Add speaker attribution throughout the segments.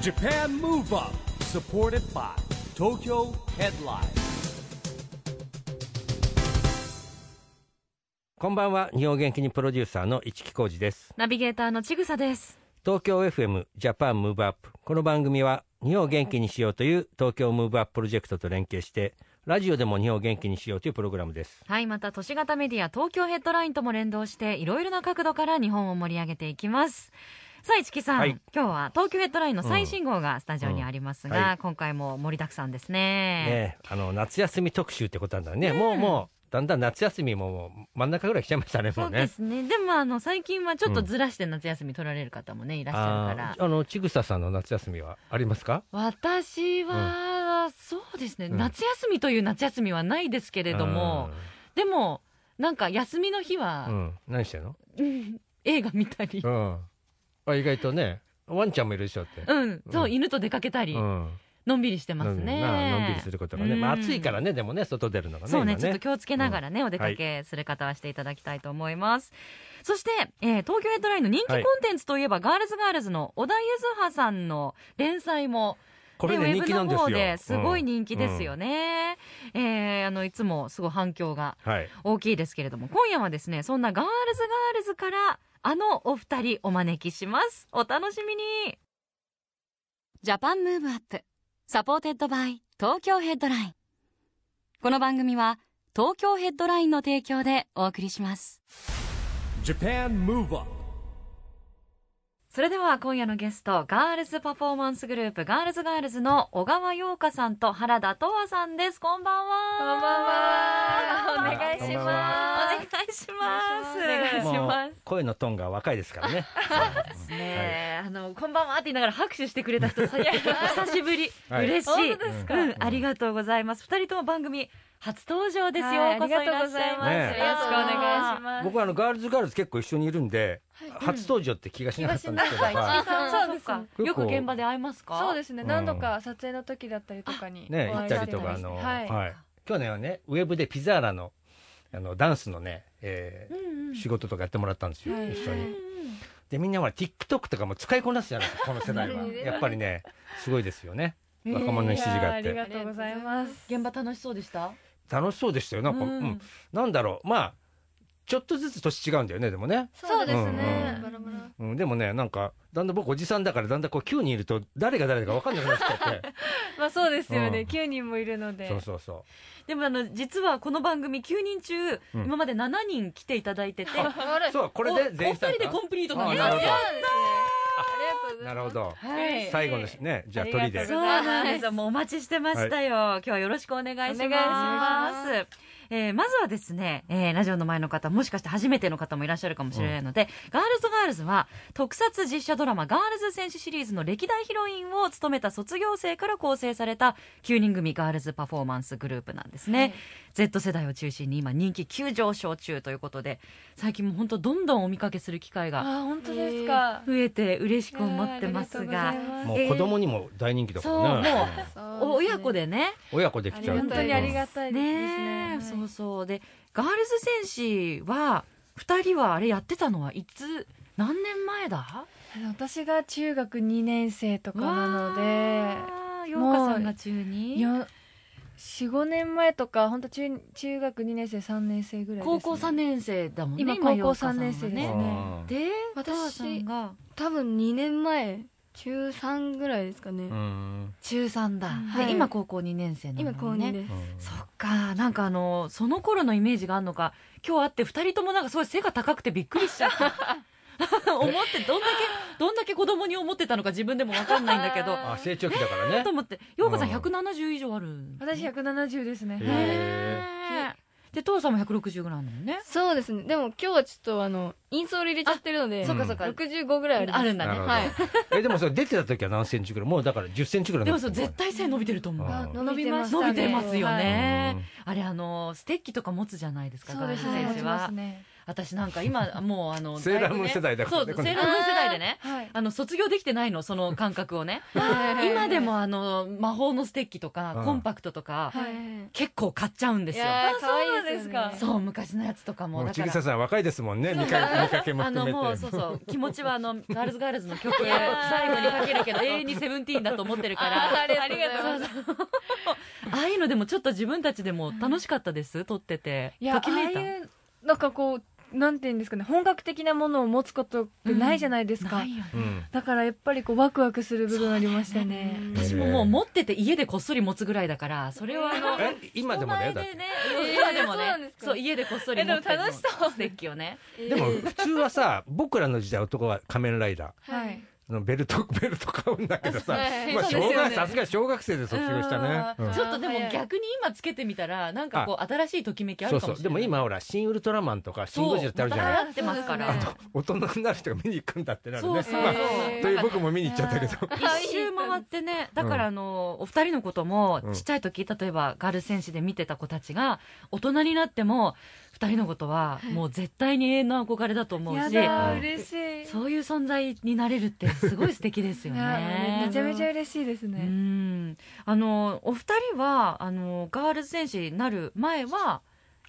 Speaker 1: JAPAN MOVE UP SUPPORTED BY TOKYO HEADLINE
Speaker 2: こんばんは日本元気にプロデューサーの市木浩司です
Speaker 3: ナビゲーターのちぐさです。
Speaker 2: 東京 FM ジャパンムーブアップこの番組は日本を元気にしようという東京ムーブアッププロジェクトと連携してラジオでも日本を元気にしようというプログラムです
Speaker 3: はい、また都市型メディア東京ヘッドラインとも連動して、いろいろな角度から日本を盛り上げていきます。さあ、市木さん、
Speaker 2: はい
Speaker 3: 今日は東京ヘッドラインの最新号がスタジオにありますが、
Speaker 2: うんはい
Speaker 3: 今回も盛りだくさんですね。
Speaker 2: ねえあの夏休み特集ってことなんだね、もうもうだんだん夏休みももう真ん中ぐらい来ちゃいましたね
Speaker 3: そ
Speaker 2: もう
Speaker 3: うで
Speaker 2: ね
Speaker 3: すね。でも、あの、最近はちょっとずらして夏休み取られる方もね、いらっしゃるから。
Speaker 2: ーあのちぐささんの夏休みはありますか
Speaker 3: 私は、そうですね、
Speaker 2: うん
Speaker 3: 夏休みという夏休みはないですけれども、でも、なんか休みの日
Speaker 2: うん、う
Speaker 3: は、
Speaker 2: ん何してんの
Speaker 3: うん映画見たり
Speaker 2: う、んあ意外とねワンちゃんもいるでしょって
Speaker 3: うん、そう、
Speaker 2: うん
Speaker 3: 犬と出かけたり、
Speaker 2: うん
Speaker 3: のんびりしてますね。
Speaker 2: なのんびりすることがね、まあ、
Speaker 3: うん
Speaker 2: 暑いからねでもね外出るのがね
Speaker 3: そうね
Speaker 2: 今
Speaker 3: ちょっと気をつけながらね、お出かけする方はしていただきたいと思います。そして、えー東京ヘッドラインの人気コンテンツといえば、ガールズガールズの小田ゆずはさんの連載も、
Speaker 2: これね
Speaker 3: ねウェ
Speaker 2: 人
Speaker 3: ブ
Speaker 2: 気なん
Speaker 3: の
Speaker 2: ですよ
Speaker 3: 方ですごい人気ですよ
Speaker 2: ね、
Speaker 3: ね。えーあの、いつもすごい反響が
Speaker 2: うんはい
Speaker 3: 大きいですけれども、今夜はですね、そんなガールズガールズから、あのお二人お招きします。お楽しみに
Speaker 4: ジャパンムーブアップサポーテッドバイ東京ヘッドラインこの番組は東京ヘッドラインの提供でお送りします
Speaker 1: JAPAN MOVE UP
Speaker 3: それでは今夜のゲスト、ガールズパフォーマンスグループ、ガールズガールズの小川陽香さんと原田斗和さんです。こんばんは。
Speaker 5: こんばんは。お願いし
Speaker 2: こんばん
Speaker 5: ま
Speaker 3: お願
Speaker 5: す。
Speaker 3: いします。
Speaker 5: お願いします
Speaker 2: もう声のトーンが若いですからね
Speaker 3: す。ねえ、あの、こんばんはって言いながら拍手してくれた 人、最近久しぶり。
Speaker 2: はい
Speaker 3: 嬉しい。
Speaker 5: 本当ですか
Speaker 3: うん、ありがとうございます。二人とも番組初登場ですよ。
Speaker 5: は
Speaker 3: ようこそいらっしゃいま
Speaker 2: ね
Speaker 3: す。
Speaker 5: ありがとうございます。
Speaker 2: 僕はあのガールズガールズ結構一緒にいるんで、初登場って気がしなかったんですけど、は
Speaker 3: そうですか。
Speaker 2: 結
Speaker 3: よ
Speaker 2: 構
Speaker 3: く現場で会いますか
Speaker 5: そうですね。何度
Speaker 2: う
Speaker 5: か撮影の時だったりとかに
Speaker 2: い、ね
Speaker 5: お
Speaker 2: 行っ
Speaker 5: 会い
Speaker 2: た
Speaker 5: し
Speaker 2: り
Speaker 5: て
Speaker 2: とかあの、
Speaker 5: はい。
Speaker 2: はい去年はねウェブでピザーラのあのダンスのね、えー
Speaker 3: うんうん
Speaker 2: 仕事とかやってもらったんですよ、
Speaker 5: はい
Speaker 2: 一緒
Speaker 5: はい
Speaker 2: にでみんなほら TikTok とかも使いこなすじゃないですかこの世代 は
Speaker 5: ね
Speaker 2: やっぱりねすごいですよね
Speaker 3: えー
Speaker 2: 若者の支持があっ
Speaker 5: い
Speaker 2: て
Speaker 5: やありがとうございます。
Speaker 3: 現場楽しそうでした
Speaker 2: 楽しそうでしたよなんか、う
Speaker 3: うんん
Speaker 2: なんだろうまあちょっとずつ年違うんだよねでもね、
Speaker 5: そうです
Speaker 2: う
Speaker 5: ね。
Speaker 3: んうん
Speaker 2: うん、でもねなんかだんだん僕おじさんだからだんだんこう9人いると誰が誰だか分かんなくなっちゃっ
Speaker 5: まあそうですよ
Speaker 2: う
Speaker 5: ね。
Speaker 2: ん
Speaker 5: 9人もいるの
Speaker 2: て
Speaker 5: で
Speaker 2: そう。そうそ
Speaker 3: でもあの実はこの番組9人中、
Speaker 2: うん
Speaker 3: 今まで7人来ていただいてて、
Speaker 2: うそうこれで全
Speaker 3: お
Speaker 2: 員
Speaker 3: お二人でコンプリートなんです
Speaker 2: あなるほど
Speaker 5: ありがとうございます。
Speaker 2: なるほ。ど
Speaker 3: はい
Speaker 2: 最後のねじゃあ
Speaker 5: ありがと
Speaker 2: 鳥
Speaker 5: うござ
Speaker 2: で
Speaker 5: います
Speaker 3: そうなんですよ。もうお待ちしてましたよ。今日はよろしくお願いします。
Speaker 5: お願いします
Speaker 3: えーまずはですね、えーラジオの前の方、もしかして初めての方もいらっしゃるかもしれないので、ガールズガールズは、特撮実写ドラマガールズ戦士シリーズの歴代ヒロインを務めた卒業生から構成された9人組ガールズパフォーマンスグループなんですね。Z 世代を中心に今人気急上昇中ということで、最近も本当どんどんお見かけする機会
Speaker 5: あ
Speaker 3: が
Speaker 5: 本当ですか。
Speaker 3: 増えて嬉しく思ってます
Speaker 5: い
Speaker 3: が
Speaker 5: やあり、とうございます
Speaker 2: もう子供にも大人気だか
Speaker 3: そう、
Speaker 2: ら
Speaker 3: も
Speaker 2: ね、
Speaker 3: う、お親子でね、
Speaker 2: うん親子できちゃう
Speaker 5: 本当にありが
Speaker 2: と
Speaker 5: たいです
Speaker 3: ねえ
Speaker 5: ね。
Speaker 3: そうそうでガールズ戦士は2人はあれやってたのはいつ何年前だ
Speaker 5: 私が中学2年生とかなので。
Speaker 3: でようかさんが中
Speaker 5: い
Speaker 3: 2
Speaker 5: や45年前とか本当中中学2年生3年生ぐらいです、
Speaker 3: 高
Speaker 5: ね、
Speaker 3: 校3年生だもんね
Speaker 5: 今
Speaker 3: 陽子さんは
Speaker 5: 高校三年生です
Speaker 3: ね
Speaker 5: ね
Speaker 3: で
Speaker 6: 私
Speaker 3: 私さんが
Speaker 6: 多分2年前中3ぐらいですかね、
Speaker 2: うん
Speaker 3: 中3だ、
Speaker 6: はい
Speaker 3: で今高校2年生なのね
Speaker 6: 今高2です、
Speaker 3: そっかなんかあのその頃のイメージがあるのか今日会って2人ともなんかすごい背が高くてびっくりしちゃった 思ってどんだけどんだけ子供に思ってたのか自分でも分かんないんだけど
Speaker 2: あ成長期だ からね
Speaker 3: と思って、ようかさん
Speaker 2: うん
Speaker 3: 170以上ある。
Speaker 5: 私
Speaker 3: ね
Speaker 5: 170ですね、
Speaker 2: へ
Speaker 3: え。で、父さんも160ぐらいあるのね。
Speaker 6: そうですねでも今日はちょっとあのインソール入れちゃってるので
Speaker 2: あそっかそっ
Speaker 3: か
Speaker 6: 65ぐらいあります
Speaker 3: あるんだ
Speaker 2: なるほ
Speaker 3: ね。
Speaker 2: ど、
Speaker 6: はい
Speaker 2: えでもそれ出てた時は何センチぐらいもうだから10センチぐらい
Speaker 3: で
Speaker 2: に
Speaker 3: も
Speaker 2: なっ
Speaker 3: そ
Speaker 2: て
Speaker 3: う
Speaker 2: るの
Speaker 3: 絶対背伸びてると思う。
Speaker 2: あ
Speaker 6: あ
Speaker 2: ー
Speaker 6: 伸びました
Speaker 3: 伸
Speaker 6: ね
Speaker 3: びてますよ
Speaker 5: は
Speaker 3: ね。あれあのステッキとか持つじゃないですか。
Speaker 5: そうです
Speaker 3: ガー
Speaker 5: ね
Speaker 3: ルズ
Speaker 5: 持ち
Speaker 3: 選手
Speaker 5: ま
Speaker 3: は
Speaker 5: すね
Speaker 3: 私なんか今もうあの
Speaker 2: セーラームーン世代だからね
Speaker 3: ねそ
Speaker 2: こ
Speaker 3: う
Speaker 2: の
Speaker 3: セーラームーン世代でね
Speaker 5: はい。
Speaker 3: あの卒業できてないのその感覚をね
Speaker 6: はい
Speaker 3: 今でもあの魔法のステッキとか
Speaker 2: うん
Speaker 3: コンパクトとか
Speaker 6: はい
Speaker 3: 結構買っちゃうんですよ
Speaker 6: やー可愛い
Speaker 5: そうなんですか
Speaker 3: そう昔のやつとかも
Speaker 2: もう
Speaker 3: だ
Speaker 2: ちぐ
Speaker 3: から
Speaker 2: ささん若いですもんね見か見かけも
Speaker 3: あ
Speaker 2: 含
Speaker 3: の
Speaker 2: め
Speaker 3: もう
Speaker 2: て
Speaker 3: そうそう気持ちはあ のガールズガールズの曲を最後にかけるけど永遠にセブンティーンだと思ってるから
Speaker 6: あーありがとうございます
Speaker 3: そうそうああいうのでもちょっと自分たちでも楽しかったです撮ってて
Speaker 5: いや
Speaker 3: ときめいた
Speaker 5: ああいうなんかこうなんていうんですかね本格的なものを持つことってないじゃないですか、
Speaker 3: ないよね
Speaker 2: うん
Speaker 5: だからやっぱりこうワクワクする部分ありましたね
Speaker 3: 私ももう持ってて家でこっそり持つぐらいだからそれはあの
Speaker 2: え今でもねだって
Speaker 3: 人前でね
Speaker 6: えー
Speaker 3: 今でも
Speaker 6: そうなん
Speaker 3: ね
Speaker 6: ですか
Speaker 3: そう家でこっそり持って
Speaker 6: えでも楽しそう
Speaker 3: ステッキをね
Speaker 6: えー
Speaker 2: でも普通はさ僕らの時代男は仮面ライダー
Speaker 5: はい
Speaker 2: あのベルト ベルト買うんだけどさ、
Speaker 6: はい
Speaker 2: まあ、
Speaker 3: そう
Speaker 2: 小
Speaker 3: ですよ
Speaker 2: 学
Speaker 3: ね
Speaker 2: さすがに小学生で卒業したね、
Speaker 3: う
Speaker 2: うんん
Speaker 3: ちょっとでも
Speaker 5: あー早い
Speaker 3: 逆に今つけてみたらなんかこう新しいときめきあ
Speaker 2: そ
Speaker 3: る
Speaker 2: う
Speaker 3: か
Speaker 2: そ
Speaker 3: も
Speaker 2: う
Speaker 3: し
Speaker 2: で
Speaker 3: れな
Speaker 2: も
Speaker 3: い
Speaker 2: 今ほら「シン・ウルトラマン」とか「シン・ゴジラ」ってあるじゃない
Speaker 3: そうまた流行ってますから
Speaker 6: そうですね
Speaker 2: 大人になる人が見に行くんだってなるね
Speaker 3: そうそう
Speaker 2: まあ、
Speaker 6: そう
Speaker 2: という僕も見に行っちゃったけど
Speaker 3: 一周回ってねだからあの、お二人のことも
Speaker 2: うん
Speaker 3: ちっちゃい時例えばガール戦士で見てた子たちが大人になっても二人のことはもう絶対に永遠の憧れだと思う
Speaker 5: や
Speaker 3: し
Speaker 5: だ
Speaker 2: うん
Speaker 5: 嬉しい
Speaker 3: そういう存在になれるってすごい素敵ですよ
Speaker 5: いや
Speaker 3: ね
Speaker 5: めちゃめちゃ嬉しいです
Speaker 3: う
Speaker 5: ね、
Speaker 3: んあのお二人はあのガールズ戦士になる前は、
Speaker 5: は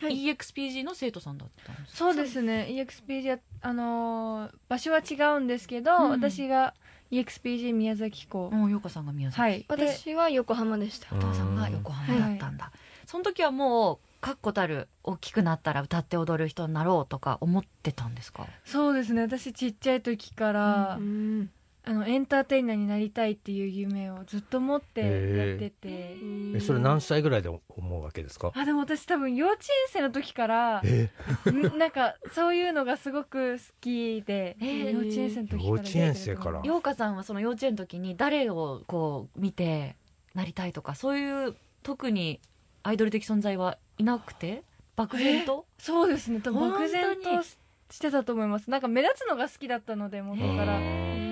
Speaker 5: い
Speaker 3: EXPG の生徒さんだったんですか
Speaker 5: そうですね EXPG はあのー場所は違うんですけど、
Speaker 3: うん
Speaker 5: 私が EXPG 宮崎校、
Speaker 3: もうようかさんが宮崎、
Speaker 5: はいで
Speaker 6: 私は横浜でした
Speaker 3: お父さんが横浜だったんだ、その時はもう確固たる大きくなったら歌って踊る人になろうとか思ってたんですか
Speaker 5: そうですね私ちっちゃい時から、
Speaker 6: うん
Speaker 5: あのエンターテイナーになりたいっていう夢をずっと持ってやってて、
Speaker 2: えそれ何歳ぐらいで思うわけですか
Speaker 5: あでも私多分幼稚園生の時から
Speaker 2: え
Speaker 5: んなんかそういうのがすごく好きで、
Speaker 3: えー
Speaker 5: 幼稚園生の時から
Speaker 2: 幼稚園生から
Speaker 3: ようかさんはその幼稚園の時に誰をこう見てなりたいとかそういう特にアイドル的存在はいなくて漠然と
Speaker 5: そうですね多分漠然
Speaker 3: 本当
Speaker 5: としてたと思いますなんか目立つのが好きだったので元から、
Speaker 3: へ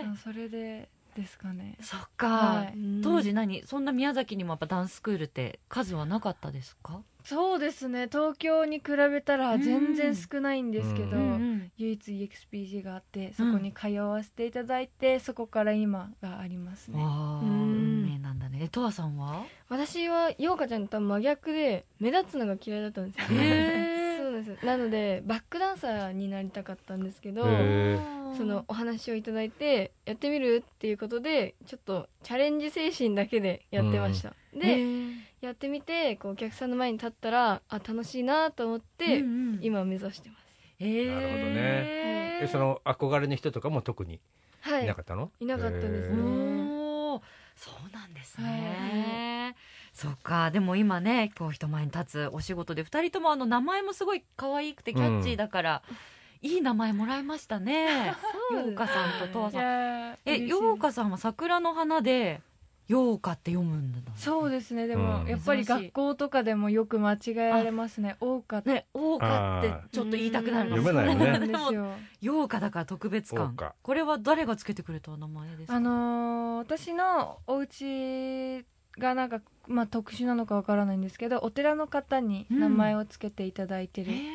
Speaker 3: ー
Speaker 5: そうそれでですかね
Speaker 3: そっか、
Speaker 5: はい
Speaker 3: 当時何そんな宮崎にもやっぱダンススクールって数はなかったですか、
Speaker 5: そうですね東京に比べたら全然少ないんですけど、
Speaker 2: うん
Speaker 5: 唯一 EXPG があってそこに通わせていただいて、そこから今がありますね
Speaker 3: わあ
Speaker 6: うん
Speaker 3: 運命なんだねえとわさんは
Speaker 6: 私はようかちゃんとは真逆で目立つのが嫌いだったんですよ
Speaker 3: へー
Speaker 6: そうなんですなのでバックダンサーになりたかったんですけど
Speaker 2: へ
Speaker 6: そのお話をいただいてやってみるっていうことでちょっとチャレンジ精神だけでやってました、でやってみてこうお客さんの前に立ったらあ楽しいなと思って、
Speaker 3: うんうん
Speaker 6: 今目指してま
Speaker 3: えー
Speaker 2: なるほどねえその憧れの人とかも特に
Speaker 6: すはいい
Speaker 2: なかったの、
Speaker 6: いなかったですね
Speaker 3: おーそうなんですね、そっかでも今ねこう人前に立つお仕事で2人ともあの名前もすごい可愛くてキャッチーだから、いい名前もらいましたね
Speaker 6: そう
Speaker 3: よ
Speaker 6: で
Speaker 3: うかさんととわ
Speaker 5: い
Speaker 3: さん
Speaker 5: やー
Speaker 3: え
Speaker 5: 嬉しい
Speaker 3: ようかさんは桜の花でようかって読むんだ
Speaker 5: そうですねでも、
Speaker 2: うん
Speaker 5: やっぱり学校とかでもよく間違えられますね多かった
Speaker 3: ね、おうかってちょっと言いたくなる
Speaker 6: あー
Speaker 2: 読めないよね
Speaker 5: そうなんです よ
Speaker 3: ようかだから特別
Speaker 2: 桜
Speaker 3: 感
Speaker 2: 花
Speaker 3: これは誰がつけてくれた名前ですか
Speaker 5: あのー私のお家がなんか、まあ、特殊なのかわからないんですけどお寺の方に名前をつけていただいてる
Speaker 3: へー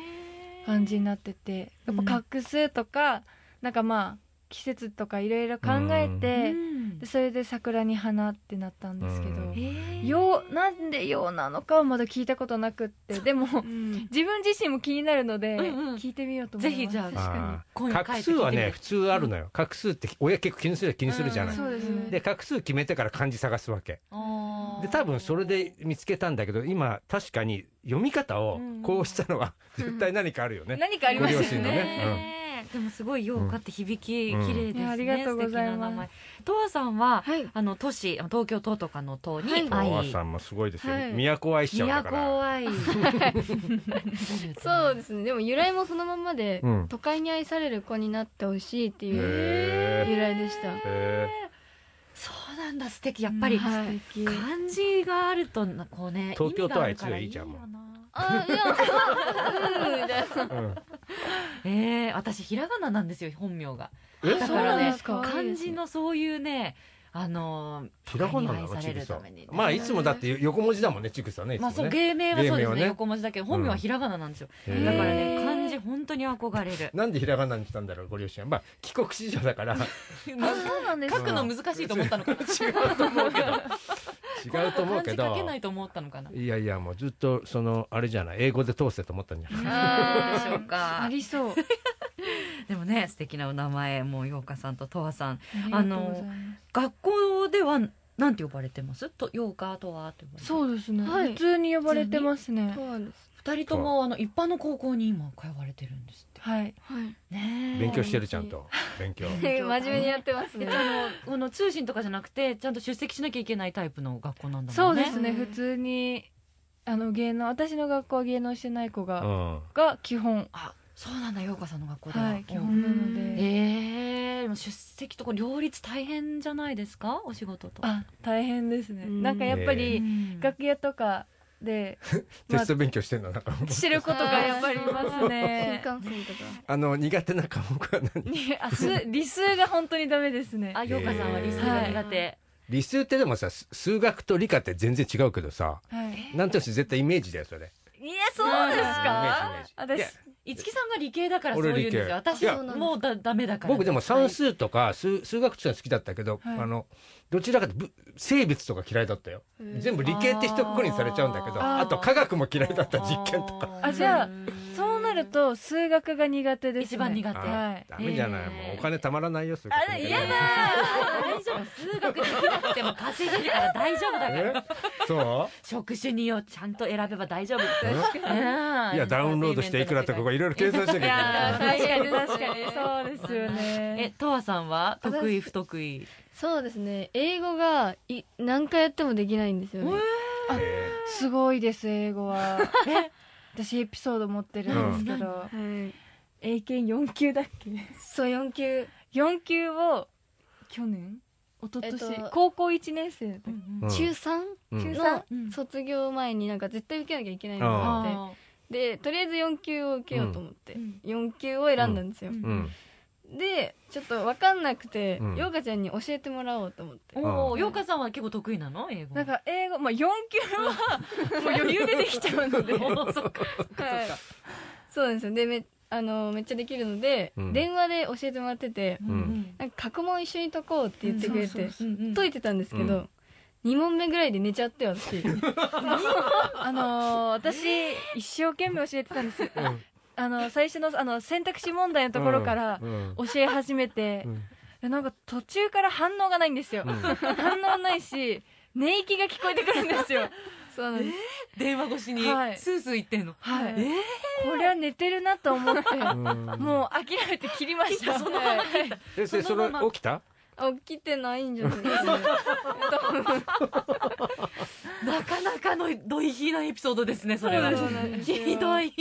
Speaker 5: 感じになってて、
Speaker 3: うん
Speaker 5: やっぱ画数とか、なんかまあ季節とかいろいろ考えて、
Speaker 3: うん
Speaker 5: でそれで桜に花ってなったんですけ
Speaker 2: うん
Speaker 5: ど、
Speaker 3: へー
Speaker 5: ようなんでようなのかはまだ聞いたことなくってでも
Speaker 6: うん
Speaker 5: 自分自身も気になるので、
Speaker 3: うんうん
Speaker 5: 聞いてみようと思い
Speaker 3: ぜ
Speaker 5: ま
Speaker 3: ひ
Speaker 5: す
Speaker 3: じゃあ
Speaker 2: あ
Speaker 3: 今
Speaker 2: ー
Speaker 3: 夜
Speaker 2: 画
Speaker 3: 帰って
Speaker 2: 数
Speaker 3: 聞
Speaker 2: はい
Speaker 3: てみ
Speaker 2: ね
Speaker 3: て
Speaker 2: 普通あるのよ画数って親結構気にする気にするじゃない、
Speaker 6: ん
Speaker 5: そうですね、
Speaker 2: で画数決めてから漢字探すわけ
Speaker 3: あー
Speaker 2: で多分それで見つけたんだけど今確かに読み方をこうしたのは絶対何かあるよ ね、
Speaker 5: 何かあり
Speaker 2: ご
Speaker 5: ま
Speaker 2: 両
Speaker 5: す
Speaker 2: 親
Speaker 5: よ
Speaker 2: の
Speaker 5: ね
Speaker 2: ね
Speaker 3: でもすごいようかって響き綺
Speaker 2: うん
Speaker 3: 麗です
Speaker 5: い
Speaker 3: ね
Speaker 5: やありがとうござい
Speaker 3: 素敵な
Speaker 5: ます
Speaker 3: 名前とわさんは
Speaker 6: はい
Speaker 3: あの都市あの東京都とかの都に
Speaker 6: はい
Speaker 2: おば
Speaker 3: 愛
Speaker 2: さんもすごいですよ、
Speaker 6: はい
Speaker 2: 都愛しちゃうんだから
Speaker 3: 都愛
Speaker 6: そうですねでも由来もそのままで、
Speaker 2: うん
Speaker 6: 都会に愛される子になってほしいっていう
Speaker 2: へー
Speaker 6: 由来でした
Speaker 2: へ
Speaker 3: そうなんだ素敵やっぱり、
Speaker 6: うんはい
Speaker 5: 素敵
Speaker 3: 漢字があるとなこうね
Speaker 2: 東京都は
Speaker 3: 意味がある
Speaker 2: いつよ
Speaker 3: から
Speaker 2: りいいじゃん
Speaker 3: よな
Speaker 6: あいやうんみたいな
Speaker 2: ーうん
Speaker 3: えー、私ひらがななんですよ本名が
Speaker 2: え
Speaker 3: だからね
Speaker 5: そうなんですか
Speaker 3: 漢字のそういうねあの
Speaker 2: ひらがなな
Speaker 3: 誤
Speaker 2: の
Speaker 3: 解
Speaker 2: ちぐ
Speaker 3: た
Speaker 2: さ
Speaker 3: めにね
Speaker 2: まあいつもだって横文字だもんねちぐさねいつ
Speaker 3: ま
Speaker 2: も
Speaker 3: あそう
Speaker 2: ね
Speaker 3: 芸名はそう
Speaker 2: 芸名
Speaker 3: です
Speaker 2: は
Speaker 3: ね
Speaker 2: ね
Speaker 3: 横文字だけど本名はひらがななんですよ、
Speaker 2: へー
Speaker 3: だからね漢字本当に憧れる
Speaker 2: なんでひらがなにしたんだろうご両親まあ帰国子女だ から
Speaker 5: あそうなんです
Speaker 3: 書くの難しいと思ったのかな
Speaker 2: 違うと思うけど違うと思うけ
Speaker 3: 漢字書
Speaker 2: ど
Speaker 3: けないと思ったのかない
Speaker 2: やいやもうずっとそのあれじゃない英語で通せと思ったんじゃない
Speaker 3: あーでしょう
Speaker 5: あ
Speaker 3: か
Speaker 5: りそう
Speaker 3: でもね素敵なお名前もうようかさんととわさん
Speaker 5: ありがとうございます
Speaker 3: 学校ではなんて呼ばれてますとようかとわって呼ばれて
Speaker 5: そうですね、
Speaker 6: はい
Speaker 5: 普通に呼ばれてますね
Speaker 6: そうなんです。
Speaker 3: 二人ともあの一般の高校に今通われてるんですって
Speaker 5: はい
Speaker 6: はい。
Speaker 3: ねえ
Speaker 2: 勉強してるちゃんと勉 強
Speaker 6: 真面目にやってます
Speaker 3: え
Speaker 6: ね。
Speaker 3: あのこの通信とかじゃなくてちゃんと出席しなきゃいけないタイプの学校なんだ
Speaker 5: そ
Speaker 3: も
Speaker 5: うん
Speaker 3: ね
Speaker 5: ですね
Speaker 6: うん
Speaker 5: 普通にあの芸能私の学校は芸能してない子
Speaker 2: う
Speaker 5: が、
Speaker 2: ん
Speaker 5: が基本
Speaker 3: あそうなんだようかさんの学校では、
Speaker 5: はい基本なの
Speaker 3: え
Speaker 5: で
Speaker 3: えでも出席とか両立大変じゃないですかお仕事と
Speaker 5: あ大変ですね、
Speaker 6: うん
Speaker 5: なんかやっぱり
Speaker 3: うん
Speaker 5: 楽屋とかで、
Speaker 2: テ
Speaker 5: まあ
Speaker 2: スト勉強してんのなんかもう
Speaker 5: してることがやっぱりいます
Speaker 6: 新
Speaker 5: ね
Speaker 6: 幹線とか。
Speaker 2: あの苦手な科目は何
Speaker 5: ねあす理数が本当にダメですね
Speaker 3: あようかさんは理数が苦手、
Speaker 2: 理数ってでもさす数学と理科って全然違うけどさ
Speaker 5: はい
Speaker 2: なんとなく絶対イメージだよそれ
Speaker 3: いやそうで
Speaker 2: イ
Speaker 3: す
Speaker 2: メ
Speaker 3: か
Speaker 2: ージイメージ
Speaker 5: 私
Speaker 2: いや
Speaker 3: 五木さんが理系だからそういうんですよ
Speaker 2: 俺理
Speaker 3: 私
Speaker 2: 系いや
Speaker 3: もうだダメだから
Speaker 2: 僕でも算数とか数数学とか好きだったけど、
Speaker 5: はい
Speaker 2: あのどちらかとぶ生物とか嫌いだったよ全部理系って一括りにされちゃうんだけど
Speaker 5: あ
Speaker 2: あ
Speaker 5: ー
Speaker 2: と科学も嫌いだった実験とか
Speaker 3: か
Speaker 5: あじゃあそうなると数学が苦手で
Speaker 3: 一
Speaker 5: す、ね、
Speaker 3: 番苦手
Speaker 5: は
Speaker 2: あ
Speaker 5: い
Speaker 2: ダメじゃない、
Speaker 3: えー
Speaker 2: もうお金たまらないよそれ
Speaker 3: あら嫌だ大丈夫数学できなくても稼げるから大丈夫だから
Speaker 2: えそう
Speaker 3: 職種によちゃんと選べば大丈夫
Speaker 2: え
Speaker 3: い
Speaker 2: いやダウンロードしていくらとかこういろいろ計算しなきゃいけ
Speaker 5: いや
Speaker 2: ない
Speaker 5: ー確かに確かにそうですよ
Speaker 3: え
Speaker 5: ね
Speaker 3: とわさんは
Speaker 6: 私
Speaker 3: 得意不得意
Speaker 6: そうですね。英語がい何回やってもできないんですよね。
Speaker 2: え
Speaker 5: すごいです英語は
Speaker 3: え
Speaker 5: 私エピソード持ってるんですけど、
Speaker 6: はい。
Speaker 5: 英検4級だっけ
Speaker 6: そう四級。
Speaker 5: 4級を去年一昨年、
Speaker 6: えっと
Speaker 5: 高校1年生だっけ
Speaker 2: ーうん
Speaker 6: 中三
Speaker 2: うん
Speaker 5: 中
Speaker 6: の
Speaker 3: うん
Speaker 6: 卒業前になんか絶対受けなきゃいけないのがあって。
Speaker 3: あ
Speaker 6: でとりあえず4級を受けようと思って、
Speaker 3: うん
Speaker 6: 4級を選んだんですよ、
Speaker 3: うん
Speaker 2: うん
Speaker 6: でちょっと分かんなくて、
Speaker 2: うん
Speaker 6: ようかちゃんに教えてもらおうと思って
Speaker 3: ーおおようかさんは結構得意なの英語
Speaker 5: なんか英語、まあ、4級はもう余裕でできちゃう ので、
Speaker 3: おー そっか
Speaker 6: はいそうなんですよでめあのめっちゃできるので、
Speaker 2: うん
Speaker 6: 電話で教えてもらってて
Speaker 2: うん
Speaker 6: なんか過去問一緒に解こうって言ってくれて、解
Speaker 3: 解
Speaker 6: いてたんですけど、
Speaker 2: うん
Speaker 6: 2問目ぐらいで寝ちゃって私
Speaker 5: あのー私一生懸命教えてたんです
Speaker 2: うん
Speaker 5: あの最初のあの選択肢問題のところから
Speaker 2: うん
Speaker 5: 教え始めて
Speaker 2: う、ん
Speaker 5: でなんか途中から反応がないんですよ、
Speaker 2: うん
Speaker 5: 反応ないし寝息が聞こえてくるんですよ
Speaker 6: そうなんです
Speaker 3: 電話越しに
Speaker 5: はい
Speaker 3: スースー言ってんの
Speaker 5: はい、
Speaker 3: え
Speaker 5: これは寝てるなと 思って
Speaker 2: うん
Speaker 5: もう諦めて切りました
Speaker 3: そのまま聞いた
Speaker 2: えそれ
Speaker 3: そ
Speaker 2: そ
Speaker 3: の
Speaker 2: れ
Speaker 3: まま
Speaker 2: 起きた
Speaker 6: あ起きてないんじゃないです
Speaker 3: なかなかのドイヒーなエピソードですねそれは
Speaker 6: そうなんです よ
Speaker 3: ひどい
Speaker 6: はい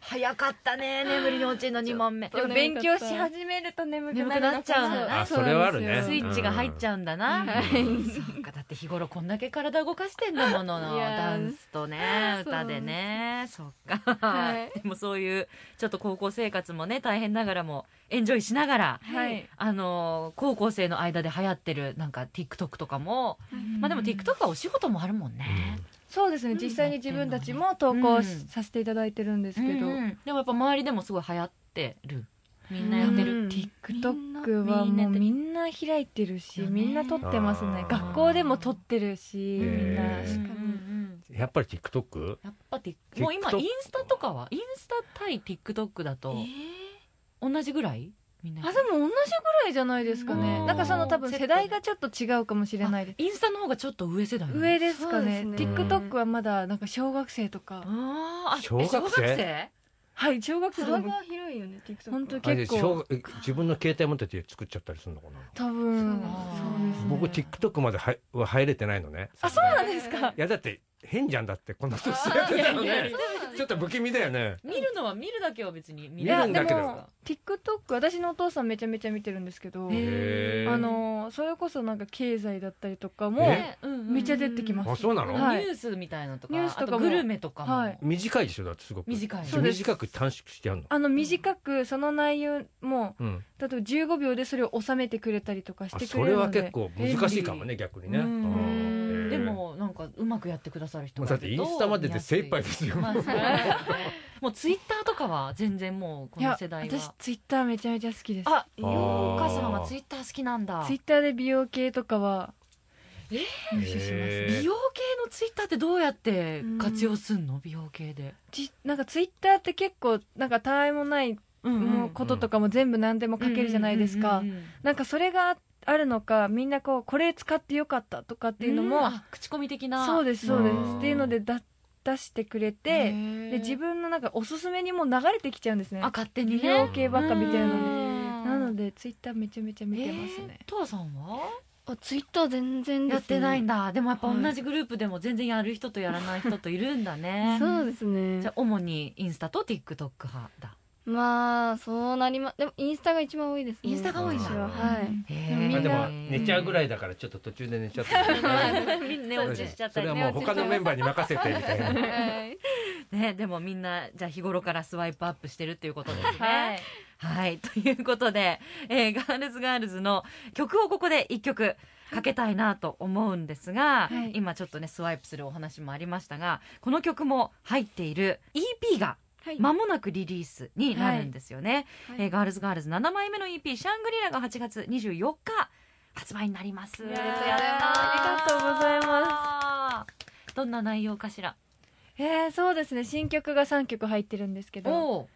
Speaker 3: 早かったね眠りのうちの2問目
Speaker 6: ちょっ
Speaker 5: でも勉強し始めると眠くなる
Speaker 3: 眠くなっちゃうの
Speaker 2: あ
Speaker 3: ね
Speaker 2: それはあるね
Speaker 3: スイッチが入っちゃうんだな、
Speaker 6: はい
Speaker 3: そうかだって日頃こんだけ体動かしてんだもの の
Speaker 6: いやー
Speaker 3: ダンスと ね
Speaker 6: そう
Speaker 3: 歌でねそうか、
Speaker 6: はい
Speaker 3: でもそういうちょっと高校生活もね大変ながらもエンジョイしながら
Speaker 5: はい、
Speaker 3: あのー高校生の間で流行ってるなんか TikTok とかも、まあでも TikTok はお仕事もあるもんね、
Speaker 5: そうですね実際に自分たちも投稿し
Speaker 3: うん
Speaker 5: させていただいてるんですけど、
Speaker 3: うんうんでもやっぱ周りでもすごい流行ってるみんなやってる、
Speaker 5: うん TikTok は
Speaker 3: みんな
Speaker 5: もうみんな開いてるし
Speaker 3: よね
Speaker 5: みんな撮ってます
Speaker 2: あ
Speaker 5: ね
Speaker 2: ー
Speaker 5: 学校でも撮ってるしみんな
Speaker 2: へー
Speaker 3: うんうん
Speaker 2: やっぱり TikTok
Speaker 3: やっぱティもう今
Speaker 2: TikTok
Speaker 3: インスタとかはインスタ対 TikTok だと同じぐらいみんな
Speaker 5: あでも同じぐらいじゃないですか
Speaker 2: う
Speaker 5: ね
Speaker 2: ん
Speaker 5: なんかその多分世代がちょっと違うかもしれないで
Speaker 3: インスタの方がちょっと上世代な
Speaker 5: す
Speaker 3: の
Speaker 5: 上ですかね
Speaker 6: そうですね
Speaker 5: TikTok はまだなんか小学生とか
Speaker 3: あーあ
Speaker 2: 小学生
Speaker 3: え生
Speaker 5: はい小学生
Speaker 6: 幅
Speaker 5: とか
Speaker 6: が広いよね TikTok
Speaker 5: 本当
Speaker 2: あれ
Speaker 5: 結構
Speaker 2: 小自分の携帯持ってて作っちゃったりするのかな
Speaker 5: 多
Speaker 3: そ
Speaker 5: 分
Speaker 3: うですね
Speaker 2: 僕 TikTok まではは入れてないのね
Speaker 5: あそうなんですか
Speaker 2: いやだって変じゃんだってこんな年やってたの
Speaker 6: いやいや
Speaker 2: ね
Speaker 6: いや
Speaker 2: ちょっと不気味だよね。
Speaker 3: 見るのは見るだけは別に見
Speaker 2: 見る
Speaker 3: ない
Speaker 2: ん
Speaker 5: で
Speaker 2: だけど
Speaker 5: も TikTok 私のお父さんめちゃめちゃ見てるんですけど、
Speaker 3: へー
Speaker 2: へー
Speaker 5: あのそれこそなんか経済だったりとかも
Speaker 2: え
Speaker 3: うんうんうん
Speaker 5: めっちゃ出てきます
Speaker 2: あそうなの、
Speaker 5: はい
Speaker 3: ニュースみたいなのとか
Speaker 5: ニュースとかも
Speaker 3: あとグルメとかも、
Speaker 5: はい
Speaker 2: 短いでしょだってすごく
Speaker 3: 短い
Speaker 5: そうです
Speaker 2: 短く短縮してやるの
Speaker 5: あの短くその内容も
Speaker 2: うん
Speaker 5: 例えば15秒でそれを収めてくれたりとかし
Speaker 2: あ
Speaker 5: てく
Speaker 2: そ
Speaker 5: れ
Speaker 2: れ
Speaker 5: る
Speaker 2: は
Speaker 5: ので
Speaker 2: 結構難しいかもね逆にね
Speaker 3: うん
Speaker 2: うんへー
Speaker 3: でもなんかうまくやってくださる人
Speaker 2: もうだ
Speaker 3: が
Speaker 2: っ
Speaker 3: い
Speaker 2: て
Speaker 3: る
Speaker 2: イ
Speaker 3: と
Speaker 2: ンスタまでで精一杯
Speaker 3: 見や
Speaker 2: ですよ
Speaker 3: いまあそう だねもうツイッターとかは全然もうこ
Speaker 5: い
Speaker 3: の
Speaker 5: や
Speaker 3: 世代
Speaker 5: 私
Speaker 3: は
Speaker 5: ツイッターめちゃめちゃ好きです
Speaker 3: あ
Speaker 2: ー
Speaker 3: お母様はツイッター好きなんだ
Speaker 5: ツイッターで美容系とかは
Speaker 3: え
Speaker 5: 入手します
Speaker 2: へー
Speaker 3: 美容系のツイッターってどうやって活用すんの美容系で、
Speaker 5: じなんかツイッターって結構なんかたわいもないもうこととかも全部何でも書けるじゃないですか、
Speaker 3: うんうんうんうん
Speaker 5: なんかそれがあるのかみんなこうこれ使ってよかったとかっていうのも、
Speaker 3: んあ口コミ的な
Speaker 5: そうですそうです
Speaker 2: うん
Speaker 5: っていうのでだ出してくれ
Speaker 3: へ
Speaker 5: て
Speaker 3: ー
Speaker 5: で自分のなんかおすすめにも流れてきちゃうんですね
Speaker 3: あ勝手に
Speaker 5: 美
Speaker 3: ね
Speaker 5: 容系ばっか見てるのに
Speaker 3: うん
Speaker 5: なのでツイッターめちゃめちゃ見てますね
Speaker 3: えー、トアさんは
Speaker 6: あツイッター全然です、ね、
Speaker 3: やってないん
Speaker 6: だ
Speaker 3: だでもやっぱ
Speaker 6: はい
Speaker 3: 同じグループでも全然やる人とやらない人といるんだね
Speaker 6: そうですね
Speaker 3: じゃあ主にインスタと TikTok 派だ
Speaker 6: まあそうなりまでもインスタが一番多いですね
Speaker 3: インスタが多いんだ
Speaker 6: 私ははい、
Speaker 5: みん
Speaker 2: まあ、
Speaker 5: な
Speaker 2: でも寝ちゃうぐらいだからちょっと途中で寝ちゃったりとかね
Speaker 3: みんな寝落ちしちゃっ
Speaker 2: そ
Speaker 3: た
Speaker 2: れ
Speaker 3: り
Speaker 2: は
Speaker 3: ね
Speaker 2: もう他のメンバーに任せてみたいな
Speaker 6: はい
Speaker 3: ねでもみんなじゃあ日頃からスワイプアップしてるっていうことですね
Speaker 5: はい
Speaker 3: はい。ということで、えーガールズガールズの曲をここで一曲かけたいなと思うんですが、
Speaker 5: はい
Speaker 3: 今ちょっとね、スワイプするお話もありましたが、この曲も入っている EP が
Speaker 6: はい
Speaker 3: 間もなくリリースになるんですよね。
Speaker 6: はい
Speaker 3: えーガールズガールズ7枚目の EP、シャングリラが8月24日発売になります。
Speaker 5: や
Speaker 6: ー
Speaker 5: ありがとうござい
Speaker 3: ます。どんな内容かしら。
Speaker 5: えー、そうですね新曲が3曲入ってるんですけども
Speaker 3: お
Speaker 5: う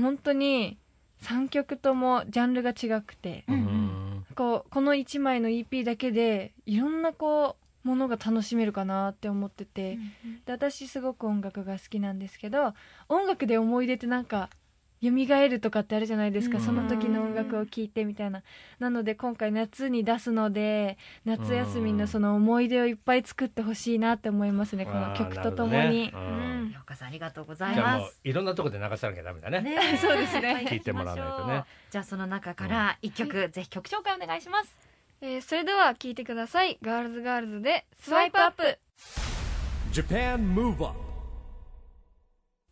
Speaker 5: 本当に3曲ともジャンルが違くて
Speaker 3: うん
Speaker 5: こうこの1枚の EP だけでいろんなこうものが楽しめるかなって思ってて、で私すごく音楽が好きなんですけど音楽で思い出ってなんか蘇るとかってあるじゃないですか、
Speaker 2: うん
Speaker 5: その時の音楽を聴いてみたいななので今回夏に出すので夏休みのその思い出をいっぱい作ってほしいなって思いますねこの曲とともに、
Speaker 2: あーなるほどねう
Speaker 5: うんん
Speaker 3: ようかさんありがとうござい
Speaker 2: じゃあ
Speaker 3: ま
Speaker 2: もう
Speaker 3: す。
Speaker 2: いろんなとこで流さなきゃダメだね
Speaker 3: ね、
Speaker 5: そうですね
Speaker 3: いっぱ聞きましょ
Speaker 2: 聞いてもらわ
Speaker 3: う
Speaker 2: ないとね。
Speaker 3: じゃあその中から一曲、ぜひ曲紹介お願いします。
Speaker 6: えーそれでは聞いてくださいガールズガールズでスワイプアップ
Speaker 1: Japan Move Up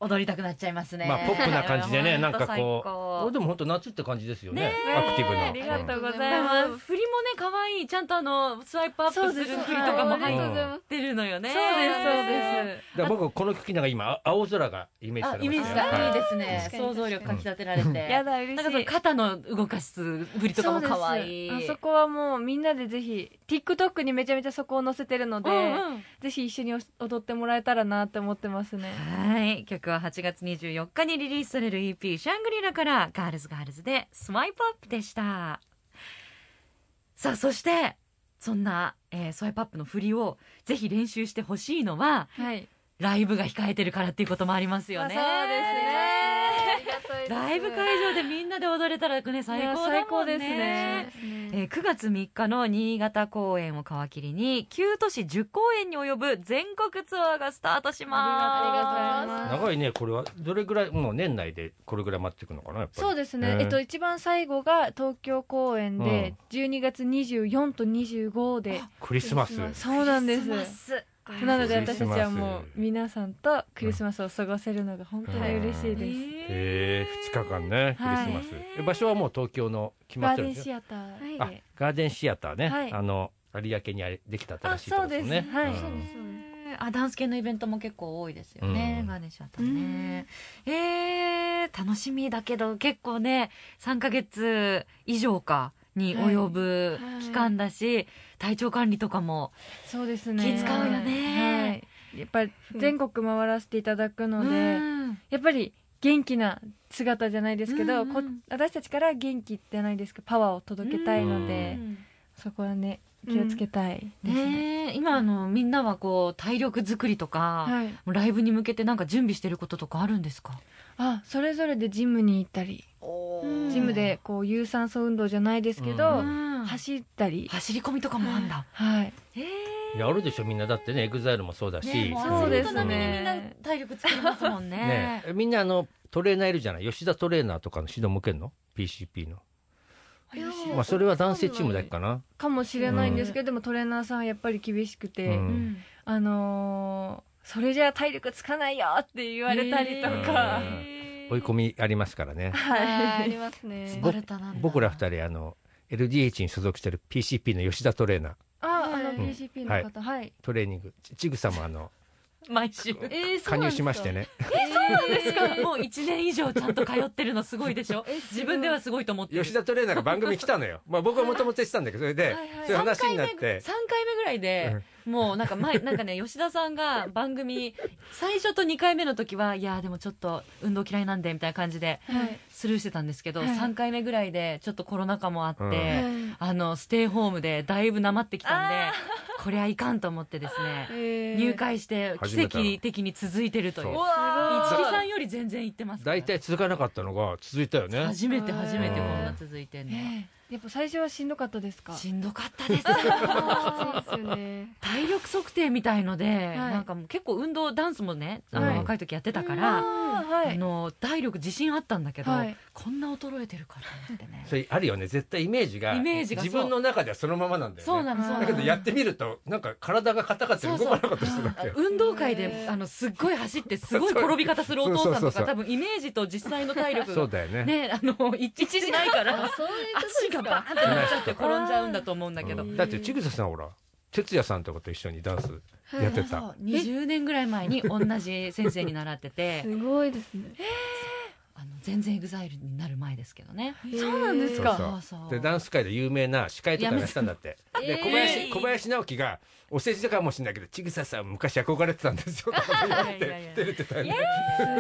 Speaker 3: 踊りたくなっちゃいますね。
Speaker 2: まあポップな感じ でねなんかこうこれ
Speaker 3: こ
Speaker 2: でも本当夏って感じですよね
Speaker 3: ねえ
Speaker 2: アクティブな
Speaker 5: ありがとうご
Speaker 6: あ
Speaker 5: ざい
Speaker 6: り
Speaker 5: ま
Speaker 6: が
Speaker 5: す
Speaker 6: とうございま
Speaker 3: 振りもね可愛いちゃんとあのスワイプアップする振りとかも
Speaker 6: あり
Speaker 3: 入っ
Speaker 6: がとうございます
Speaker 3: てるのよね。
Speaker 5: そうです
Speaker 2: だから僕この曲なんか今あ青空がイメージさ
Speaker 3: あ
Speaker 2: れ
Speaker 3: イ
Speaker 2: ま
Speaker 3: メー
Speaker 2: し
Speaker 3: ジ
Speaker 2: たよ
Speaker 3: がいいで
Speaker 2: は
Speaker 3: すね。
Speaker 6: 確かに
Speaker 3: 想像力かき立てられて。
Speaker 5: やだ
Speaker 3: な
Speaker 5: 嬉
Speaker 3: ん
Speaker 5: し
Speaker 3: かその
Speaker 5: い
Speaker 3: 肩の動かす振りとかも可愛い。
Speaker 5: そうですあそこはもうみんなでぜひ TikTok にめちゃめちゃそこを載せてるので、
Speaker 3: うんうん
Speaker 5: ぜひ一緒に踊ってもらえたらなって思ってますね
Speaker 3: はい曲は8月24日にリリースされる EP「シャングリラ」から「ガールズガールズ」で「スワイプアップ」でしたさあそしてそんな、えースワイプアップの振りをぜひ練習してほしいのは
Speaker 5: はい
Speaker 3: ライブが控えてるからっていうこともありますよね、
Speaker 5: まあそうです
Speaker 6: ありがたいです
Speaker 3: ライブ会場でみんなで踊れたらね最高だもんね
Speaker 5: 最高ですね
Speaker 3: えー9月3日の新潟公演を皮切りに9都市10公演に及ぶ全国ツアーがスタートします
Speaker 5: ありがとうございます
Speaker 2: 長いねこれはどれぐらいもう年内でこれぐらい待っていくのかなやっぱり
Speaker 5: そうですね、
Speaker 2: ね
Speaker 5: えっと、一番最後が東京公演で、12月24と25で、
Speaker 2: クリスマス
Speaker 6: クリス
Speaker 5: そうなんで
Speaker 3: クリスマ
Speaker 5: す。
Speaker 3: ス
Speaker 5: なので私たちはもう
Speaker 2: クリスマス
Speaker 5: 皆さんとクリスマスを過ごせるのが本当に嬉しいです。
Speaker 2: へえ2日間ねクリ
Speaker 5: はい
Speaker 2: スマスえ場所はもう東京の決まっ
Speaker 5: ガー
Speaker 2: てる
Speaker 5: デ
Speaker 2: ん
Speaker 5: ン
Speaker 2: です
Speaker 5: シ
Speaker 2: よ
Speaker 5: アターで、
Speaker 2: あガーデンシアター
Speaker 5: は
Speaker 2: ね
Speaker 5: い
Speaker 2: あの有明にあれできた新しいとこですよね
Speaker 5: あそうです
Speaker 2: ん
Speaker 5: はい
Speaker 3: あダンス系のイベントも結構多いですよね、
Speaker 2: うん
Speaker 3: ガーデンシアターね、えー、楽しみだけど結構ね3ヶ月以上かに及ぶ
Speaker 6: はいはい
Speaker 3: 期間だし、体調管理とかも
Speaker 5: そうですね。
Speaker 3: 気使うよね
Speaker 5: はい。やっぱり全国回らせていただくので、
Speaker 3: うん
Speaker 5: やっぱり元気な姿じゃないですけど、
Speaker 3: うんう
Speaker 5: こ
Speaker 3: ん
Speaker 5: 私たちから元気じゃないですけどパワーを届けたいので、そこはね気をつけたいですね。
Speaker 3: ねえ今あのみんなはこう体力作りとか、
Speaker 5: はい、
Speaker 3: もうライブに向けてなんか準備してることとかあるんですか
Speaker 5: あそれぞれでジムに行ったり
Speaker 3: うん
Speaker 5: ジムでこう有酸素運動じゃないですけど、
Speaker 2: うん
Speaker 3: 走
Speaker 5: 走ったり、
Speaker 3: 走り込みとかもあんだ、
Speaker 5: はい、
Speaker 3: へえ
Speaker 2: いやあるでしょみんなだってねエグザイルもそうだし、
Speaker 3: ね、もう
Speaker 5: そうです
Speaker 3: アス
Speaker 5: ね
Speaker 3: リート並みにみんな体力つきますもん
Speaker 2: ね
Speaker 3: ね
Speaker 2: みんなあのトレーナーいるじゃない吉田トレーナーとかの指導も受けるの PCP の、
Speaker 6: いや
Speaker 2: まあ、それは男性チームだけかな、
Speaker 5: かもしれないんですけど、でもトレーナーさんはやっぱり厳しくて、
Speaker 2: うん
Speaker 3: うん
Speaker 5: あのーそれじゃあ体力つかないよって言われたりとか、
Speaker 2: うん追い込みありますから ね
Speaker 6: はいありますね
Speaker 2: ぼ
Speaker 3: スパルタなんだ
Speaker 2: 僕ら二人あの LDH に所属してる PCP の吉田トレーナー
Speaker 5: ああの
Speaker 6: うん
Speaker 5: PCP の方、はい、
Speaker 2: トレーニングちちぐさもあの
Speaker 3: 毎週
Speaker 6: えー
Speaker 2: 加入しましてね
Speaker 3: ですかもう1年以上ちゃんと通ってるのすごいで しょ自分ではすごいと思ってる
Speaker 2: 吉田トレーナーが番組来たのよ、まあ、僕はもともと言ってたんだけどそれで
Speaker 5: はいはい
Speaker 2: そういう話になっ
Speaker 3: 3回目
Speaker 2: て
Speaker 3: 三回目ぐらいで、もうなんか前なんかね吉田さんが番組最初と2回目の時はいやでもちょっと運動嫌いなんでみたいな感じで
Speaker 6: はい
Speaker 3: スルーしてたんですけど、
Speaker 5: は
Speaker 3: 三
Speaker 5: い
Speaker 3: 3回目ぐらいでちょっとコロナ禍もあって、
Speaker 2: うん
Speaker 6: はい
Speaker 3: あのステイホームでだいぶなまってきたんでこれはいかんと思ってですね
Speaker 6: えー
Speaker 3: 入会して
Speaker 2: 初
Speaker 3: 奇
Speaker 2: めて
Speaker 3: 跡
Speaker 2: なの
Speaker 3: 的に続いてるという
Speaker 2: そう
Speaker 3: 一
Speaker 2: う
Speaker 3: 木さんより全然行ってますから
Speaker 2: 大体続かなかったのが続いたよね
Speaker 3: 初めて初めてこ
Speaker 2: うん
Speaker 3: んな続いてんの
Speaker 5: ええやっぱ最初はしんどかったですか
Speaker 3: しんどかったです
Speaker 6: あーそうですよね
Speaker 3: 体力測定みたいので、なんかもう結構運動ダンスもねあの、
Speaker 2: はい
Speaker 3: 若い時やってたから、
Speaker 5: あーは
Speaker 3: あ
Speaker 5: い
Speaker 3: の体力自信あったんだけど、
Speaker 5: はい
Speaker 3: こんな衰えてるかと思ってね
Speaker 2: それあるよね絶対イメージが
Speaker 3: イメージがそう
Speaker 2: 自分の中ではそのままなんだよね
Speaker 3: そうなのそうな
Speaker 2: だけど
Speaker 3: の
Speaker 2: やってみるとなんか体が硬かったり動かなかったりするわけよ
Speaker 3: 運動会で
Speaker 6: へー
Speaker 3: あのすっごい走ってすごい転び方するお父さん
Speaker 2: そうそう
Speaker 3: と
Speaker 2: そうそ
Speaker 3: か
Speaker 2: う
Speaker 3: 多分イメージと実際の体力
Speaker 2: そう
Speaker 3: が
Speaker 2: だよね
Speaker 3: ねあの一致しないから
Speaker 6: あそういうことです
Speaker 3: 足がバーンってなっちゃって転んじゃうんだと思うんだけど
Speaker 2: うんだってちぐささんほら哲也さんとかと一緒にダンスやってた、
Speaker 3: そう20年ぐらい前に同じ先生に習ってて
Speaker 6: すごいですね
Speaker 3: あの全然エグザイルになる前ですけどね
Speaker 5: そうなんです
Speaker 2: そう
Speaker 5: か
Speaker 2: そう
Speaker 3: そうそう
Speaker 2: でダンス界で有名な司会とかもやってたんだ って
Speaker 6: め
Speaker 2: で
Speaker 6: えー
Speaker 2: 小林,、小林直樹がお世辞だかもしれないけどちぐささん昔憧れてたんです よとか言われ
Speaker 3: いやいやい
Speaker 2: て照
Speaker 3: や
Speaker 2: れてたよね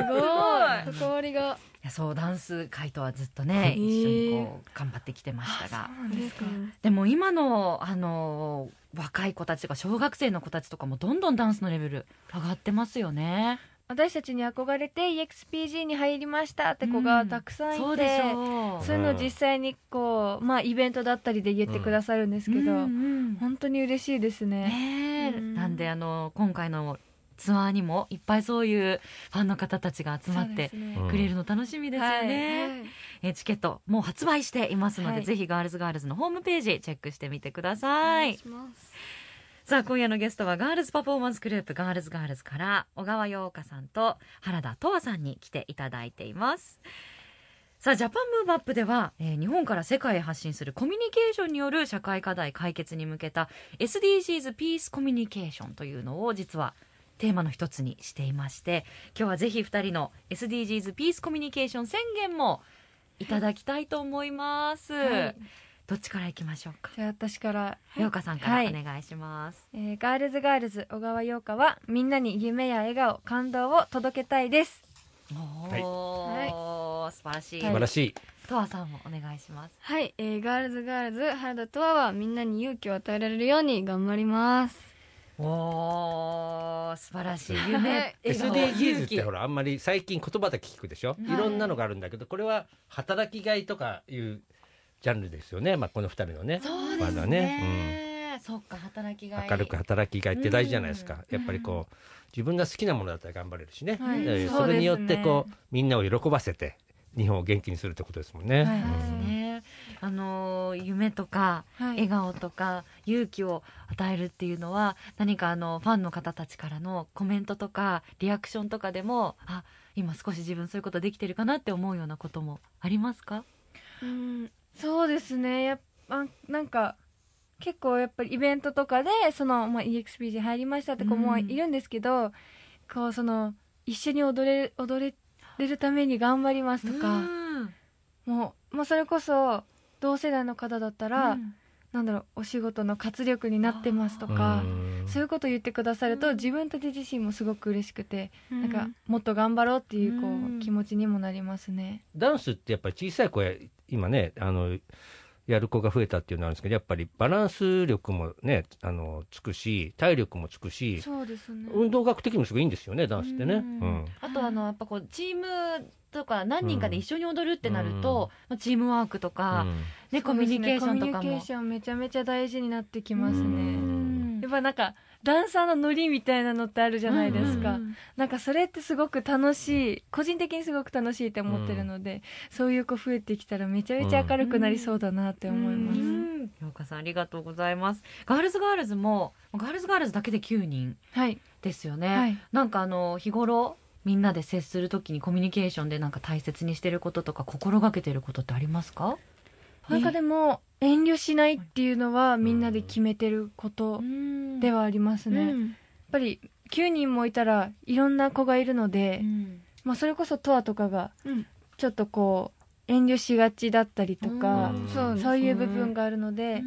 Speaker 6: すごい関わりが
Speaker 3: いやそうダンス界とはずっとね
Speaker 6: へー
Speaker 3: 一緒にこう頑張ってきてましたが
Speaker 6: ですか
Speaker 3: でも今のあの若い子たちとか小学生の子たちとかもどんどんダンスのレベル上がってますよね。
Speaker 5: 私たちに憧れて EXPG に入りましたって子がたくさんいて、
Speaker 3: そうでしょう。
Speaker 5: そういうのを実際にこう、まあ、イベントだったりで言ってくださるんですけど、
Speaker 3: うんうん
Speaker 5: 本当に嬉しいですね。
Speaker 3: ねえ
Speaker 5: うん
Speaker 3: なんであの今回のツアーにもいっぱいそういうファンの方たちが集まっ
Speaker 5: そうで
Speaker 3: て
Speaker 5: すね
Speaker 2: うん
Speaker 3: くれるの楽しみですよね。えーチケットもう発売していますので、
Speaker 5: はい
Speaker 3: ぜひガールズガールズのホームページチェックしてみてくだ
Speaker 6: は
Speaker 3: さ
Speaker 6: い
Speaker 3: い。さあ、今夜のゲストはガールズパフォーマンスグループガールズガールズから小川洋香さんと原田斗和さんに来ていただいています。さあ、ジャパンムーブアップでは、えー日本から世界へ発信するコミュニケーションによる社会課題解決に向けた SDGs ピースコミュニケーションというのを実はテーマの一つにしていまして、今日はぜひ二人の SDGs ピースコミュニケーション宣言もいただきたいと思います。
Speaker 5: はい
Speaker 3: どっちから行きましょうか。
Speaker 5: じゃあ私から、
Speaker 3: 洋香さんから
Speaker 5: はい
Speaker 3: お願いします。
Speaker 5: えーガールズガールズ小川陽香はみんなに夢や笑顔感動を届けたいです。
Speaker 3: おー素晴らしい。
Speaker 2: 素晴らしい、
Speaker 3: とわさんもお願いします。
Speaker 6: はい、えーガールズガールズ原田とわはみんなに勇気を与えられるように頑張ります
Speaker 3: おー素晴らしい夢。
Speaker 2: SDGs ってほらあんまり最近言葉だけ聞くでしょ、
Speaker 3: はい
Speaker 2: い、ろんなのがあるんだけどこれは働きがいとかいうジャンルですよね、まあ、この二人のね
Speaker 3: そうで
Speaker 2: ますだ
Speaker 3: ね。
Speaker 2: ね、
Speaker 3: そっか働き
Speaker 2: うん
Speaker 3: がいい
Speaker 2: 明るく働きがいって大事じゃないですか、
Speaker 3: うん
Speaker 2: やっぱりこう自分が好きなものだったら頑張れるしね、
Speaker 5: はい
Speaker 2: えー
Speaker 5: そうですね
Speaker 2: それによってこうみんなを喜ばせて日本を元気にするってことですもんね、
Speaker 5: はい
Speaker 3: ですね。あのー夢とか
Speaker 5: はい
Speaker 3: 笑顔とか勇気を与えるっていうのは何かあのファンの方たちからのコメントとかリアクションとかでもあ今少し自分そういうことできてるかなって思うようなこともありますか？
Speaker 5: うん、そうですねやっぱなんか結構やっぱりイベントとかでその、まあ、EXPG 入りましたって子も
Speaker 3: う
Speaker 5: い
Speaker 3: ん
Speaker 5: るんですけど、こうその一緒に踊れる踊れれるために頑張りますとか、
Speaker 3: うん
Speaker 5: もうもうそれこそ同世代の方だったら、
Speaker 3: うん
Speaker 5: なんだろうお仕事の活力になってますとか、
Speaker 2: うん
Speaker 5: そういうこと言ってくださると自分たち自身もすごく嬉しくて、
Speaker 6: な
Speaker 5: なんかもっと頑張ろうっていうこう、
Speaker 3: うん
Speaker 5: 気持ちにもなりますね。
Speaker 2: ダンスってやっぱり小さい子や今ねあのやる子が増えたっていうのはあるんですけどやっぱりバランス力もねあのつくし体力もつくし、
Speaker 5: そうですね
Speaker 2: 運動学的にもすごいいいんですよねダンスってね。
Speaker 5: うん
Speaker 2: うん
Speaker 3: あとあのやっぱこうチームとか何人かで一緒に踊るってなると、まあチームワークとか、ねコミュニケーションと
Speaker 5: コ
Speaker 3: か
Speaker 5: ミュニ
Speaker 3: も
Speaker 5: ケーションめちゃめちゃ大事になってきます
Speaker 2: う
Speaker 5: ね。
Speaker 2: ん
Speaker 5: やっばなんかダンサーのノリみたいなのってあるじゃないですか、
Speaker 2: う
Speaker 5: なんかそれってすごく楽しい個人的にすごく楽しいって思ってるので、そういう子増えてきたらめちゃめちゃ明るくなりそうだなって思います、
Speaker 3: うんようかさんありがとうございますガールズガールズもガールズガールズだけで9人
Speaker 5: はい
Speaker 3: ですよね、
Speaker 5: はい
Speaker 3: なんかあの日頃みんなで接するときにコミュニケーションでなんか大切にしてることとか心がけてることってありますか
Speaker 5: なんかでも遠慮しないっていうのはみんなで決めてることで
Speaker 6: は
Speaker 5: はありますね、やっぱり9人もいたらいろんな子がいるので、まあ、それこそトアとかが
Speaker 6: うん
Speaker 5: ちょっとこう遠慮しがちだったりとか、
Speaker 6: そう
Speaker 5: そういう部分があるので、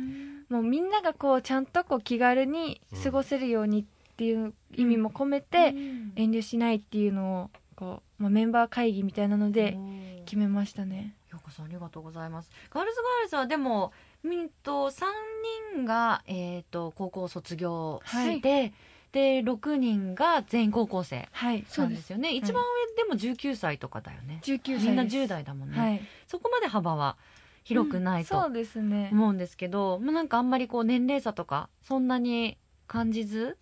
Speaker 5: もうみんながこうちゃんとこう気軽に過ごせるようにっていう意味も込めて、遠慮しないっていうのをこう、まあ、メンバー会議みたいなので決めましたね。
Speaker 3: ようこさんありがとうございますガールズガールズはでもうんと3人が、えー、と高校を卒業して、で6人が全員高校生
Speaker 5: はい、
Speaker 3: なんですよね一番上でも19歳とかだよね、
Speaker 5: 19歳
Speaker 3: みんな
Speaker 5: です
Speaker 3: 10代だもんね、
Speaker 5: はい、
Speaker 3: そこまで幅は広くないと
Speaker 5: そうですね。
Speaker 3: 思うんですけど、まあなんかあんまりこう年齢差とかそんなに感じず、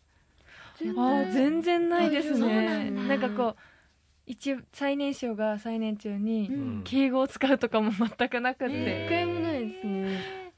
Speaker 5: あー全然ないです
Speaker 3: そうなんだ
Speaker 5: ね。なんかこう一最年少が最年長に
Speaker 2: ん
Speaker 5: 敬語を使うとかも全くなくって、
Speaker 6: 一回もないですね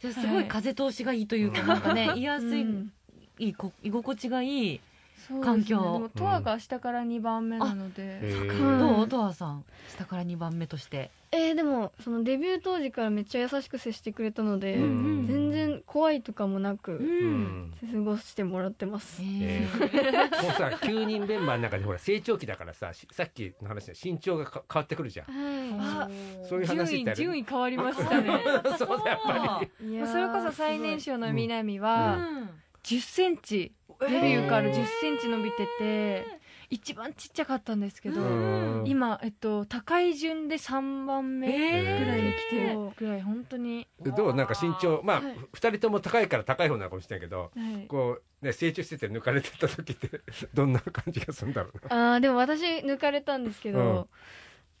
Speaker 3: じゃあすご
Speaker 5: はいい
Speaker 3: 風通しがいいというか、なんかね居やすい、
Speaker 5: うん
Speaker 3: いいこ居心地がいい、
Speaker 5: そうですね
Speaker 3: 環境
Speaker 5: でもトアが明日から2番目なので、
Speaker 2: へー
Speaker 5: うん
Speaker 3: どうとわさん下から2番目として
Speaker 6: えーでもそのデビュー当時からめっちゃ優しく接してくれたので、
Speaker 2: うん
Speaker 6: 全然怖いとかもな
Speaker 3: う
Speaker 6: く
Speaker 3: ん、
Speaker 6: 過ごしてもらってます、
Speaker 3: えー
Speaker 2: もうさ9人メンバーの中でほら成長期だからさしさっきの話で身長がか変わってくるじゃん
Speaker 5: あ
Speaker 6: は
Speaker 2: そういう話っ
Speaker 5: 順
Speaker 2: てあ
Speaker 5: 位
Speaker 2: る
Speaker 5: 順位変わり ましたね。
Speaker 2: 位そうだやっぱり
Speaker 6: いいや
Speaker 5: まあ
Speaker 6: ー
Speaker 5: それこそ最年少の南は
Speaker 3: うん
Speaker 5: 10センチ、デビューから10センチ伸びてて、一番ちっちゃかったんですけど、
Speaker 2: うん
Speaker 5: 今えっと高い順で3番目ぐ
Speaker 3: えー
Speaker 5: らいに来てるぐらい本当に、
Speaker 2: どうなんか身長まあ、
Speaker 6: はい
Speaker 2: 二2人とも高いから高い方なのかもしれないけど
Speaker 5: はい
Speaker 2: こう、ね、成長してて抜かれてった時って どんな感じがするんだろうな。
Speaker 6: あーでも私抜かれたんですけど、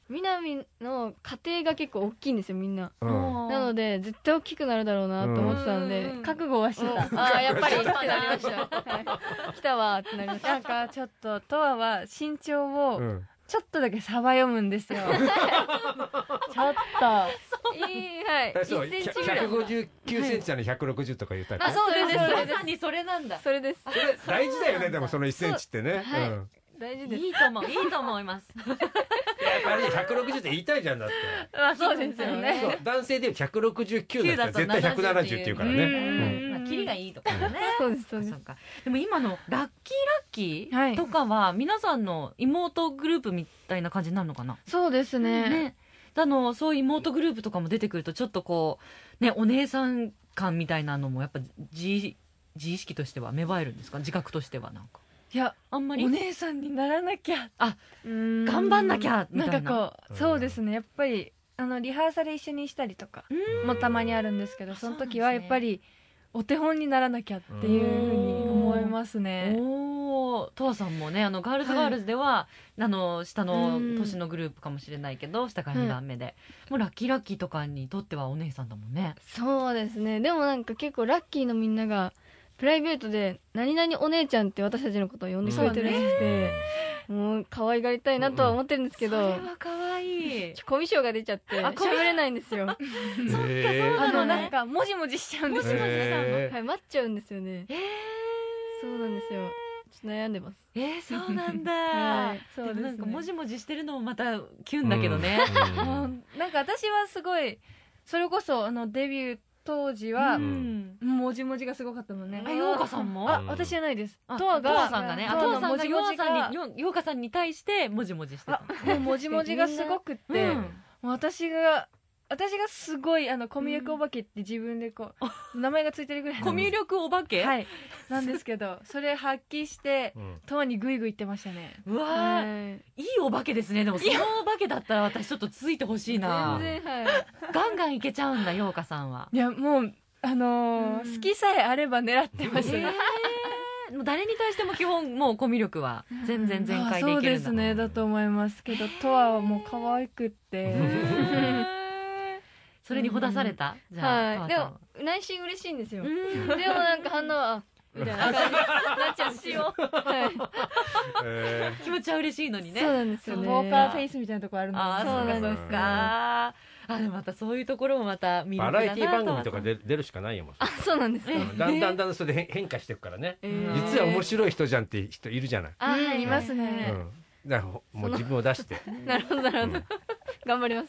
Speaker 6: 南の家庭が結構大きいんですよみんな
Speaker 2: うん
Speaker 6: なので絶対大きくなるだろうなと思ってたので、
Speaker 5: うん
Speaker 6: 覚悟はしてたああやっぱり来たなりました、はい、 来たわーってなりました
Speaker 5: なんかちょっとトアは身長を
Speaker 2: うん
Speaker 5: ちょっとだけさば読むんで すよ。ちょっと
Speaker 6: いいはい
Speaker 2: えそう
Speaker 6: 1センチぐらい
Speaker 2: 159センチなのに160とか言うタイプ、
Speaker 6: あそうです
Speaker 3: あ
Speaker 6: そ
Speaker 3: ま
Speaker 6: れです
Speaker 3: さにそれなんだ
Speaker 6: それです
Speaker 2: 大事だよねでもその1センチってね、
Speaker 6: は
Speaker 2: う
Speaker 6: い
Speaker 2: ん、
Speaker 6: 大事です
Speaker 3: いいと思ういいと思います
Speaker 2: あれ160って言いたいじゃんだって
Speaker 5: まあそうですよね。
Speaker 2: そう男性で169だったら絶対170って言うから
Speaker 5: う
Speaker 2: ね
Speaker 5: ん
Speaker 3: まあキリがいいとかね
Speaker 6: そうですそうです
Speaker 3: そうかでも今のラッキーラッキー
Speaker 5: はい
Speaker 3: とかは皆さんの妹グループみたいな感じになるのかな、
Speaker 5: そうですね。
Speaker 3: ねあのそういう妹グループとかも出てくるとちょっとこうねお姉さん感みたいなのもやっぱ自自意識としては芽生えるんですか自覚としてはなんか
Speaker 5: いや
Speaker 3: あんま
Speaker 5: お
Speaker 3: り
Speaker 5: 姉さんにならなきゃ
Speaker 3: あ頑
Speaker 5: 頑
Speaker 3: 張んなきゃみ
Speaker 5: な
Speaker 3: たい
Speaker 5: ん
Speaker 3: な
Speaker 5: かこ
Speaker 2: うん
Speaker 5: うそうですねやっぱりあのリハーサル一緒にしたりとかもたまにあるんですけどその時は
Speaker 3: そう
Speaker 5: や
Speaker 3: なんですね
Speaker 5: っぱりお手本にならなきゃっていうふうに思いますね。
Speaker 3: おお、とわさんもね、あのガールズガールズでは、あの下の
Speaker 6: うん
Speaker 3: 年のグループかもしれないけど、下から2番目で、もうラッキーラッキーとかにとってはお姉さんだもんね。
Speaker 6: そうですねでもなんか結構ラッキーのみんながプライベートで「何々お姉ちゃん」って私たちのことを呼んでくれてるらしくて、もう可愛がりたいなとは思ってるんですけど、
Speaker 3: それは可愛い。
Speaker 6: ちょコミュ障が出ちゃって
Speaker 3: あコミュ
Speaker 6: 喋れないんですよは
Speaker 2: うんへ
Speaker 5: あ
Speaker 3: そ
Speaker 5: の
Speaker 3: うだね
Speaker 5: なんかもじもじしちゃうんですよ。
Speaker 2: え
Speaker 6: い待っちゃうんですよね
Speaker 3: え
Speaker 6: そうなんですよちょっと悩んでます
Speaker 3: ー、えー、そうなんだ。
Speaker 6: はい
Speaker 5: そ
Speaker 3: で
Speaker 5: うで
Speaker 3: も
Speaker 5: すね
Speaker 3: なんかもじもじしてるのもまたキュンだけどね。
Speaker 2: うん
Speaker 5: うんなんか私はすごいそれこそあのデビュー当時は
Speaker 2: う
Speaker 3: うんん。
Speaker 5: もじもじがすごかったのね
Speaker 3: あ、。ようかさんも。
Speaker 5: あ
Speaker 2: うん
Speaker 5: 私じゃないです。
Speaker 3: あ
Speaker 5: トアが
Speaker 3: とわさんがね、あ、
Speaker 5: ト
Speaker 3: と
Speaker 5: ア
Speaker 3: わ
Speaker 5: の
Speaker 3: さん
Speaker 5: も
Speaker 3: が
Speaker 5: じ
Speaker 3: よ
Speaker 5: も
Speaker 3: う
Speaker 5: じ
Speaker 3: かさ
Speaker 5: が
Speaker 3: んに、ようようかさんに対してもじもじしてた
Speaker 5: あ。もうもじもじがすごくって、
Speaker 3: うん
Speaker 5: もう私が私がすごいあのコミュ力お化けって自分でこう、名前がついてるぐらい
Speaker 3: コミュ力お化け。
Speaker 5: はいなんですけどそれ発揮して
Speaker 2: うん
Speaker 5: トアにグイグイ行ってましたね
Speaker 3: うわー。
Speaker 6: は
Speaker 3: い
Speaker 6: い
Speaker 3: いお化けですね。でも、そのお化けだったら私ちょっとついてほしいな
Speaker 6: 全。然はい
Speaker 3: ガンガンいけちゃうんだ、ようかさんは。
Speaker 5: いやもうあのー
Speaker 6: うん
Speaker 5: 好きさえあれば狙ってましたね、
Speaker 3: えーもう誰に対しても基本、もうコミュ力は全然全開でいけるんだ。
Speaker 5: そうですねだと思いますけどトアはもう可愛く って
Speaker 3: へーそれにほだされた、じゃあ、
Speaker 6: は
Speaker 3: 川
Speaker 6: い
Speaker 3: さ
Speaker 6: で
Speaker 3: ん
Speaker 6: も内心嬉しいんですよ
Speaker 3: う
Speaker 6: でもなんか反応はあみたいな感じになっちゃうんですよ。はい。
Speaker 2: え
Speaker 3: 気持ちは嬉しいのにね
Speaker 6: そうなんです
Speaker 5: ポ
Speaker 6: よ
Speaker 3: そう
Speaker 6: ね。
Speaker 5: ーカーフェイスみたいなとこあるの
Speaker 3: ああそうなん
Speaker 2: そうなん
Speaker 3: で
Speaker 2: ですす
Speaker 3: かあでもまたそういうところもまた
Speaker 2: ー
Speaker 3: 魅力
Speaker 2: バ
Speaker 3: だな
Speaker 2: ラエティ番組と
Speaker 3: 思
Speaker 2: か
Speaker 3: って
Speaker 2: 出出るしかないよもう
Speaker 6: あ、そうなんですか。
Speaker 2: うんだんだんだんだんそれで変変化していくからね、
Speaker 6: えー
Speaker 2: 実は面白い人じゃんって人いるじゃない、
Speaker 6: あ、はい、
Speaker 5: い
Speaker 6: い
Speaker 5: ま
Speaker 6: ますす
Speaker 2: う
Speaker 5: ね
Speaker 6: ね。
Speaker 2: ん、だからほもう自分を出して、
Speaker 6: なるほど、なるほ
Speaker 2: う
Speaker 6: ど
Speaker 2: ん。
Speaker 6: 頑張ります。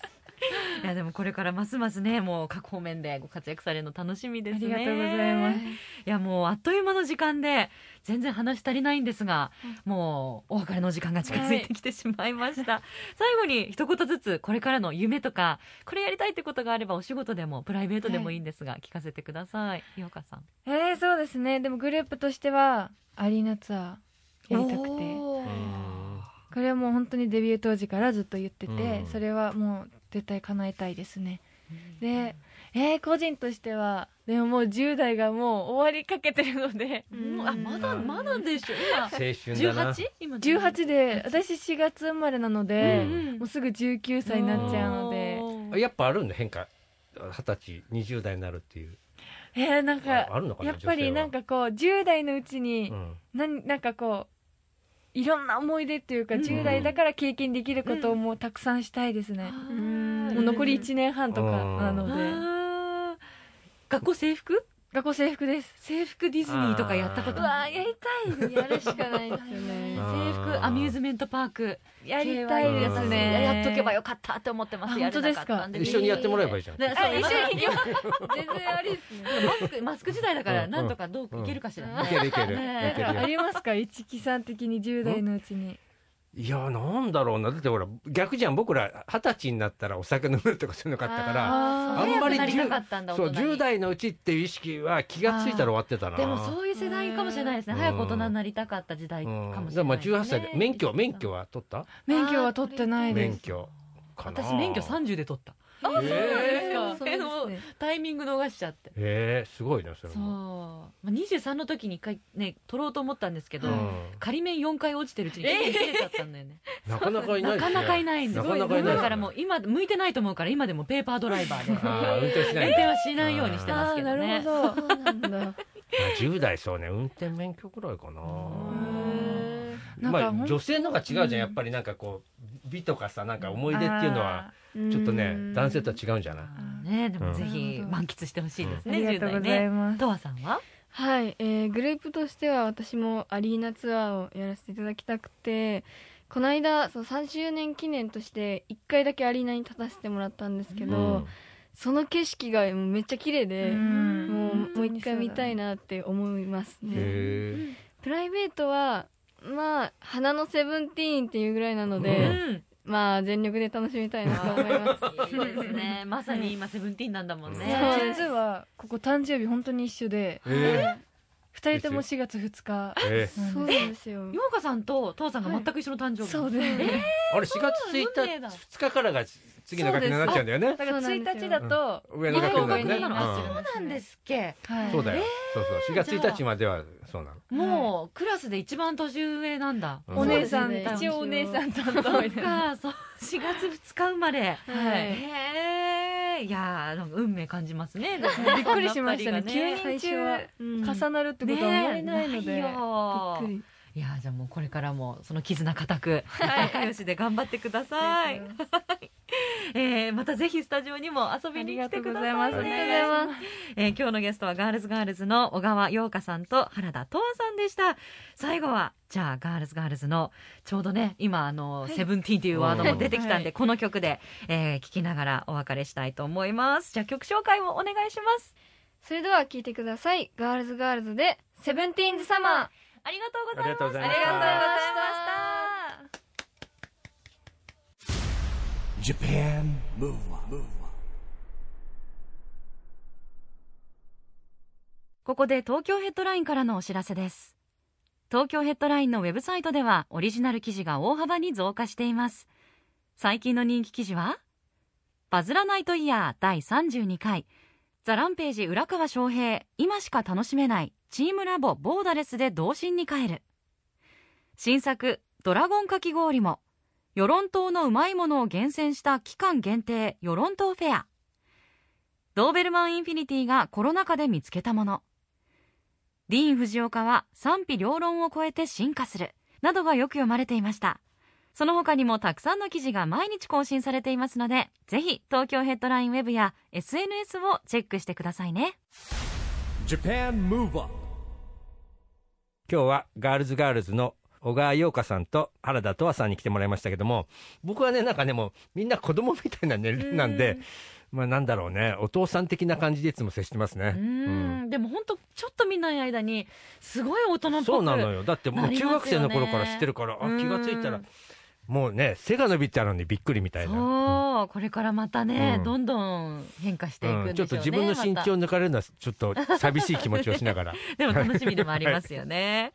Speaker 3: いやでもこれからますますねもう各方面でご活躍されるの楽しみですね
Speaker 5: ありがとうございます
Speaker 3: いやもうあっという間の時間で全然話足りないんですがもうお別れの時間が近づいてきてしまいました、最後に一言ずつこれからの夢とかこれやりたいってことがあればお仕事でもプライベートでもいいんですが、聞かせてください井岡さん
Speaker 5: えー、そうですねでもグループとしてはアリーナツアーやりたくて
Speaker 6: お
Speaker 2: う
Speaker 6: ー
Speaker 2: ん
Speaker 5: これはもう本当にデビュー当時からずっと言ってて、
Speaker 2: うん
Speaker 5: それはもう絶対叶えたいですね、でえー個人としてはでももう10代がもう終わりかけてるので
Speaker 6: うんあま
Speaker 2: だま
Speaker 3: だでしょ
Speaker 2: 青春だな
Speaker 3: 18? 今
Speaker 5: 18で私4月生まれなので、
Speaker 2: うん
Speaker 5: もうすぐ19歳になっちゃうので、
Speaker 2: やっぱあるんだ変化二十歳20代になるっていう、
Speaker 5: えーなんか
Speaker 2: ああるのかな
Speaker 5: やっぱりなんかこう10代のうちに、
Speaker 2: うん
Speaker 5: なんなんかこういろんな思い出っていうか、
Speaker 3: うん
Speaker 5: 10代だから経験できることをもうたくさんしたいですね、
Speaker 6: うん
Speaker 5: もう残り1年半とかなので、
Speaker 3: あー学校制服
Speaker 5: 学校制服です
Speaker 3: 制服ディズニーとかやったこと
Speaker 5: う
Speaker 3: ない
Speaker 5: わーやり
Speaker 6: やるしかないですよね。
Speaker 2: あ
Speaker 3: 制服アミューズメントパーク
Speaker 5: やりたいです
Speaker 2: うん
Speaker 5: ね
Speaker 3: やっとけばよかったって思ってます
Speaker 5: あ
Speaker 3: やれなかったんで
Speaker 2: 一緒にやってもらえばいいじゃん、
Speaker 3: ね
Speaker 6: あ
Speaker 3: そう
Speaker 6: 一緒に行きます。
Speaker 5: 全然ありですね
Speaker 3: マスクマスク時代だから
Speaker 2: うん
Speaker 3: なんとかどういけるかしら
Speaker 2: い
Speaker 3: ね
Speaker 2: けるいけるい
Speaker 3: ね
Speaker 2: けるよ
Speaker 5: ありますか一木さん的に10代のうちに
Speaker 2: いやなんだろうなだってほら逆じゃん僕ら二十歳になったらお酒飲めるとかそういうのがあったから
Speaker 5: あ
Speaker 2: あんまり
Speaker 3: 早くなりたかったんだ
Speaker 2: そう
Speaker 3: 大人に
Speaker 2: 10代のうちっていう意識は気がついたら終わってたな
Speaker 3: でもそういう世代かもしれないですね
Speaker 2: うん
Speaker 3: 早く大人になりたかった時代か
Speaker 2: うん
Speaker 3: もし
Speaker 2: で
Speaker 3: れ
Speaker 2: もま
Speaker 3: な
Speaker 2: あ
Speaker 3: いですね
Speaker 2: 18歳で免許免許は取った
Speaker 5: 免許は取ってないで
Speaker 2: 免
Speaker 5: す
Speaker 2: 許かな
Speaker 3: 私免許30で取った
Speaker 2: そうなん
Speaker 3: ですか
Speaker 2: えー
Speaker 6: そうですね
Speaker 3: タイミング逃しちゃって
Speaker 2: えーすごいなそれ
Speaker 3: そう
Speaker 2: も
Speaker 3: まあ23の時に一回ね取ろうと思ったんですけど
Speaker 2: うん
Speaker 3: 仮面4回落ちてるうちに切れちゃったんだよね
Speaker 2: なかなかいない
Speaker 3: な
Speaker 2: です
Speaker 3: か
Speaker 2: ね
Speaker 3: なかいないんです
Speaker 2: なかなかいないですね
Speaker 3: だからもう今向いてないと思うから今でもペーパードライバーで
Speaker 2: あー運転しな
Speaker 3: 運
Speaker 2: いんだ
Speaker 3: 転はしないようにしてますけど
Speaker 5: あーな
Speaker 3: ね
Speaker 5: るほど
Speaker 6: そうなんだ。
Speaker 2: 10代そうね運転免許くらいかな
Speaker 6: へ
Speaker 5: なん
Speaker 2: ま
Speaker 5: かほん
Speaker 2: あ女性のが違うじゃん、やっぱりなんかこう美とかさなんか思い出っていうのは
Speaker 6: ー
Speaker 2: ちょっとね男性とは違うんじゃない
Speaker 3: あーねでもぜひ満喫してほしいです
Speaker 5: あ
Speaker 3: ね、
Speaker 5: ーあり
Speaker 3: 10
Speaker 5: がと
Speaker 3: 代
Speaker 5: うござい
Speaker 3: ね
Speaker 5: ます、
Speaker 3: とわさんは
Speaker 6: はい、えーグループとしては私もアリーナツアーをやらせていただきたくてこの間その3周年記念として1回だけアリーナに立たせてもらったんですけど、
Speaker 2: うん
Speaker 6: その景色がもうめっちゃ綺麗で、
Speaker 5: ん
Speaker 6: もう
Speaker 5: 本当
Speaker 6: もう
Speaker 5: に
Speaker 6: 一回見たいなって思いますね
Speaker 2: へー
Speaker 6: プライベートはまあ花のセブンティーンっていうぐらいなの
Speaker 3: う
Speaker 6: で、
Speaker 3: ん
Speaker 6: まあ全力で楽しみたいなと思います
Speaker 3: いいです ねまさに今セブンティーンなんだもん
Speaker 5: そう
Speaker 3: ね
Speaker 5: 実はここ誕生日本当に一緒で
Speaker 2: え
Speaker 5: 2人とも4月2日
Speaker 2: ーえ
Speaker 5: うん
Speaker 6: そうなんですよ
Speaker 3: ようかさんととわさんが全く一緒の誕生日、
Speaker 5: そうです
Speaker 2: ーあれ4月
Speaker 3: そうなん
Speaker 2: 1
Speaker 3: だ運命だ
Speaker 2: 日2日からが次の学年になっちゃうんだよね
Speaker 5: だから
Speaker 6: そうなんです
Speaker 5: 1
Speaker 6: よ
Speaker 5: 日だと、
Speaker 2: 上の学年
Speaker 5: 前
Speaker 2: になる
Speaker 5: の学
Speaker 2: ね
Speaker 5: 年
Speaker 2: う
Speaker 5: なの
Speaker 2: ん
Speaker 3: そうなんですっけ
Speaker 5: はい
Speaker 2: そうだよ、そうそう4月
Speaker 3: じゃあ
Speaker 2: 1日まではそうなの
Speaker 3: もうクラスで一番年上なんだ、
Speaker 2: うん
Speaker 5: お姉さん、
Speaker 6: そうですね
Speaker 5: 一応お姉さんと
Speaker 3: そ
Speaker 5: は
Speaker 3: っかそう4月2日生まれ
Speaker 5: い
Speaker 3: へえいやーなんか運命感じますねび
Speaker 5: びっくりしましたね9
Speaker 6: 最
Speaker 5: 人
Speaker 6: 初は
Speaker 5: 中、
Speaker 6: うん
Speaker 5: 重なるってことはあまりないので、
Speaker 3: よ
Speaker 6: びっくり
Speaker 3: いやーじゃあもうこれからもその絆固く仲良しで頑張ってください、 えーまたぜひスタジオにも遊びに来てくださいね
Speaker 5: ありがとうございます
Speaker 6: ありがとうございます
Speaker 3: えー今日のゲストはガールズガールズの小川陽香さんと原田東さんでした最後はじゃあガールズガールズのちょうどね今あの、セブンティーンというワードも出てきたんで、
Speaker 5: はい
Speaker 3: この曲で、えー聞きながらお別れしたいと思いますじゃあ曲紹介をお願いします
Speaker 6: それでは聞いてください。ガールズガールズで、セブンティーンズサマー。
Speaker 3: ありがとうございま
Speaker 2: ありが
Speaker 3: す
Speaker 2: とうございまし
Speaker 6: ありがとうござい
Speaker 2: た
Speaker 6: ました。
Speaker 1: Japan Move Up, Move Up.
Speaker 3: ここで東京ヘッドラインからのお知らせです。東京ヘッドラインのウェブサイトではオリジナル記事が大幅に増加しています。最近の人気記事は、バズらないとイヤー第32回、ザランページ浦川翔平、今しか楽しめない、チームラボボーダレスで童心に帰る。新作、ドラゴンかき氷も、与論島のうまいものを厳選した期間限定、与論島フェア。ドーベルマンインフィニティがコロナ禍で見つけたもの。ディーン・フジオカは賛否両論を超えて進化するなどがよく読まれていましたその他にもたくさんの記事が毎日更新されていますのでぜひ東京ヘッドラインウェブや SNS をチェックしてくださいね
Speaker 1: Japan Move Up
Speaker 2: 今日はガールズガールズの小川陽香さんと原田とわさんに来てもらいましたけども僕はねなんかねもうみんな子供みたいな年齢なんでまあなんだろうねお父さん的な感じでいつも接してますね
Speaker 3: うーん、でも本当ちょっと見ない間にすごい大人っぽく
Speaker 2: そうなのよだってもう
Speaker 3: なります
Speaker 2: 中
Speaker 3: よね
Speaker 2: 学生の頃から知ってるから、
Speaker 3: うん
Speaker 2: あ気がついたらもうね背が伸びたのにびっくりみたいな。
Speaker 3: そうこれからまたね、
Speaker 2: うん
Speaker 3: どんどん変化していくん
Speaker 2: う
Speaker 3: で
Speaker 2: ん、
Speaker 3: し
Speaker 2: ち
Speaker 3: ょ
Speaker 2: ょ
Speaker 3: うね
Speaker 2: っと自分の身
Speaker 3: また
Speaker 2: 長を抜かれるのはちょっと寂しい気持ちをしながら
Speaker 3: でも楽しみでもありますよね。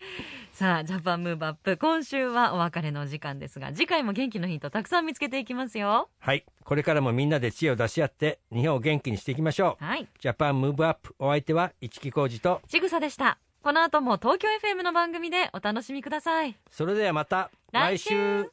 Speaker 3: さあ、ジャパンムーブアップ、今週はお別れのお時間ですが、次回も元気のヒントたくさん見つけていきますよ。
Speaker 2: はいこれからもみんなで知恵を出し合って日本を元気にしていきましょう
Speaker 3: はい。
Speaker 2: ジャパンムーブアップお相手は市木浩二と
Speaker 3: ちぐさでした。この後も東京 FM の番組でお楽しみください。
Speaker 2: それではまた
Speaker 3: 来
Speaker 2: 来
Speaker 3: 週
Speaker 2: 週